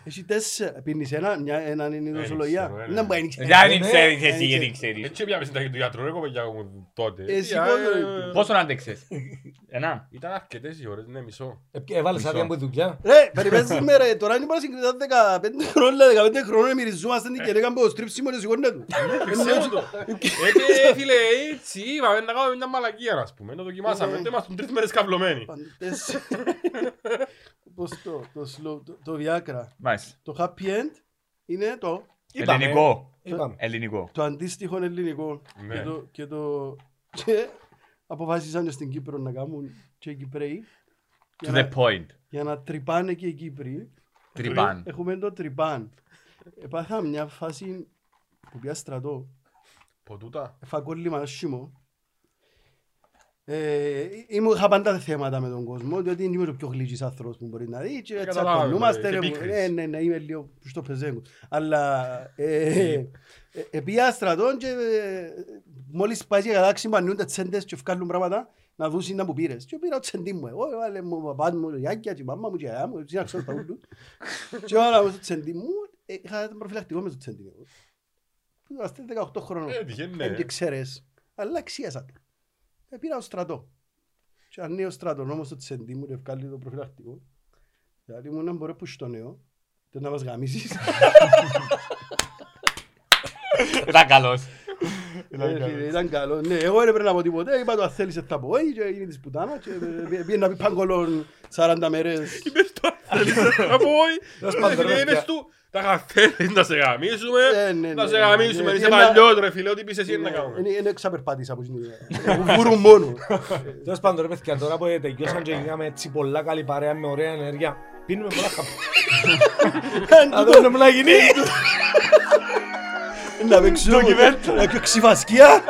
Εσύ τέσσερα, πίνεις ένα, μια, έναν είναι η Δεν δοσολογία. ξέρω, ε, Να μπορεί ναι, να Δεν ξέρεις εσύ δεν γιατί ξέρει. ξέρεις. Έτσι μια συνταγή του γιατρού, ρε κοπέλια μου τότε. Εσύ Ε, πόσο, ε, ρε. Πόσο να αντέξες. Ένα. Ήταν αρκετές οι ώρες, ναι, μισό. Ε, Έβαλες Μισό. άδεια από τη δουλειά. Ρε, περιμένεις σήμερα, ε, τώρα είναι πάρα συγκριτά 15 χρόνια, 15 χρόνια μυριζόμαστε την κερδίκα από το στρίψιμο της γονέα του. Ξέρω το. Ε, φίλε, έτσι είπαμε να κάνουμε μια μαλακία, ας πούμε. Να δοκιμάσαμε. Ναι. Δεν ήμασταν τρεις μέρες καυλωμένοι. Πάντα τέσσερα. Πώς το, το slow, το- το Viagra. Μάλιστα. Το happy end είναι το, Είπαμε. Ελληνικό. Είπαμε. Ελληνικό. το αντίστοιχο ελληνικό. Ναι. Και το, και το, και αποφάσισαν στην Κύπρο να κάνουν και οι Κυπρέοι. To για να- the point. για να τρυπάνε και οι Κύπροι. Τριπάν. Έχουμε το τρυπάν. Επάθα μια φάση που πια στρατό. Ποτούτα. Φακόλυμα ένα σίμω. Ε, ή- ήμουν- είχα πάντα θέματα με τον κόσμο, διότι είμαι το πιο γλύκης άνθρωπος που μπορεί να δει και Ε, καταλάβαμε, τσακωνούμαστε, και ρε, μου. πίκρης. ναι, ναι, ναι, είμαι λίγο στο πεζέγκο. Αλλά ε, ε, ε, πήγα στρατόν και ε, μόλις πάει για κατάξιμο ανοίγουν τα τσέντες και βγάλουν πράγματα να δουν σύνα που πήρες. Και πήρα το τσεντί μου, εγώ έβαλε μου ο παπάς μου, η Άγκια και η μάμα μου και η αγιά μου, έτσι να ξέρω τα ούλου. Και έβαλα μου το τσεντί μου, ε, είχα ένα προφυλακτικό μες το τσεντί μου. Είμαστε 18 χρόνων. Έτυχε, ναι. Δεν Ε, και ξέρεις. Αλλά αξίασα το. Ε, πήρα ο στρατό. Και αν είναι ο στρατονόμος του τσεντί μου, ευκάλλει το προφυλακτικό. Δηλαδή μου να μπορώ που στο νέο, το να μας γαμίσεις. Ήταν καλός. Ε, φίλε, Ήταν καλό. Ναι, εγώ δεν πρέπει να πω τίποτε. Είπα το αν θέλεις θα πω. Ε, και έγινε της πουτάνα και ε, πή- πήγε να πει παγκολόν 40 μέρες. Είπες το, Ναι. θέλεις, από όλοι. Τέλος Ρε πάντων, φίλε, ρε, είπες πια. του, τα χαθέλεις να σε Ε, γαμίσουμε. ναι, Να ναι, σε ναι, γαμίσουμε. ναι, Είσαι ναι, παλιός, ρε φίλε, ό,τι πεις εσύ είναι να κάνουμε. Είναι είναι ξαπερπάτησα από την Βούρουν μόνο. Τέλος πάντων, ρε παιδιά, τώρα που τελειώσαν και γίναμε έτσι πολλά καλή παρέα με ωραία ενέργεια, πίνουμε πολλά χαπά. Αν το θέλουμε να γίνει. Να παίξω να κάνω ε, ξυφασκία.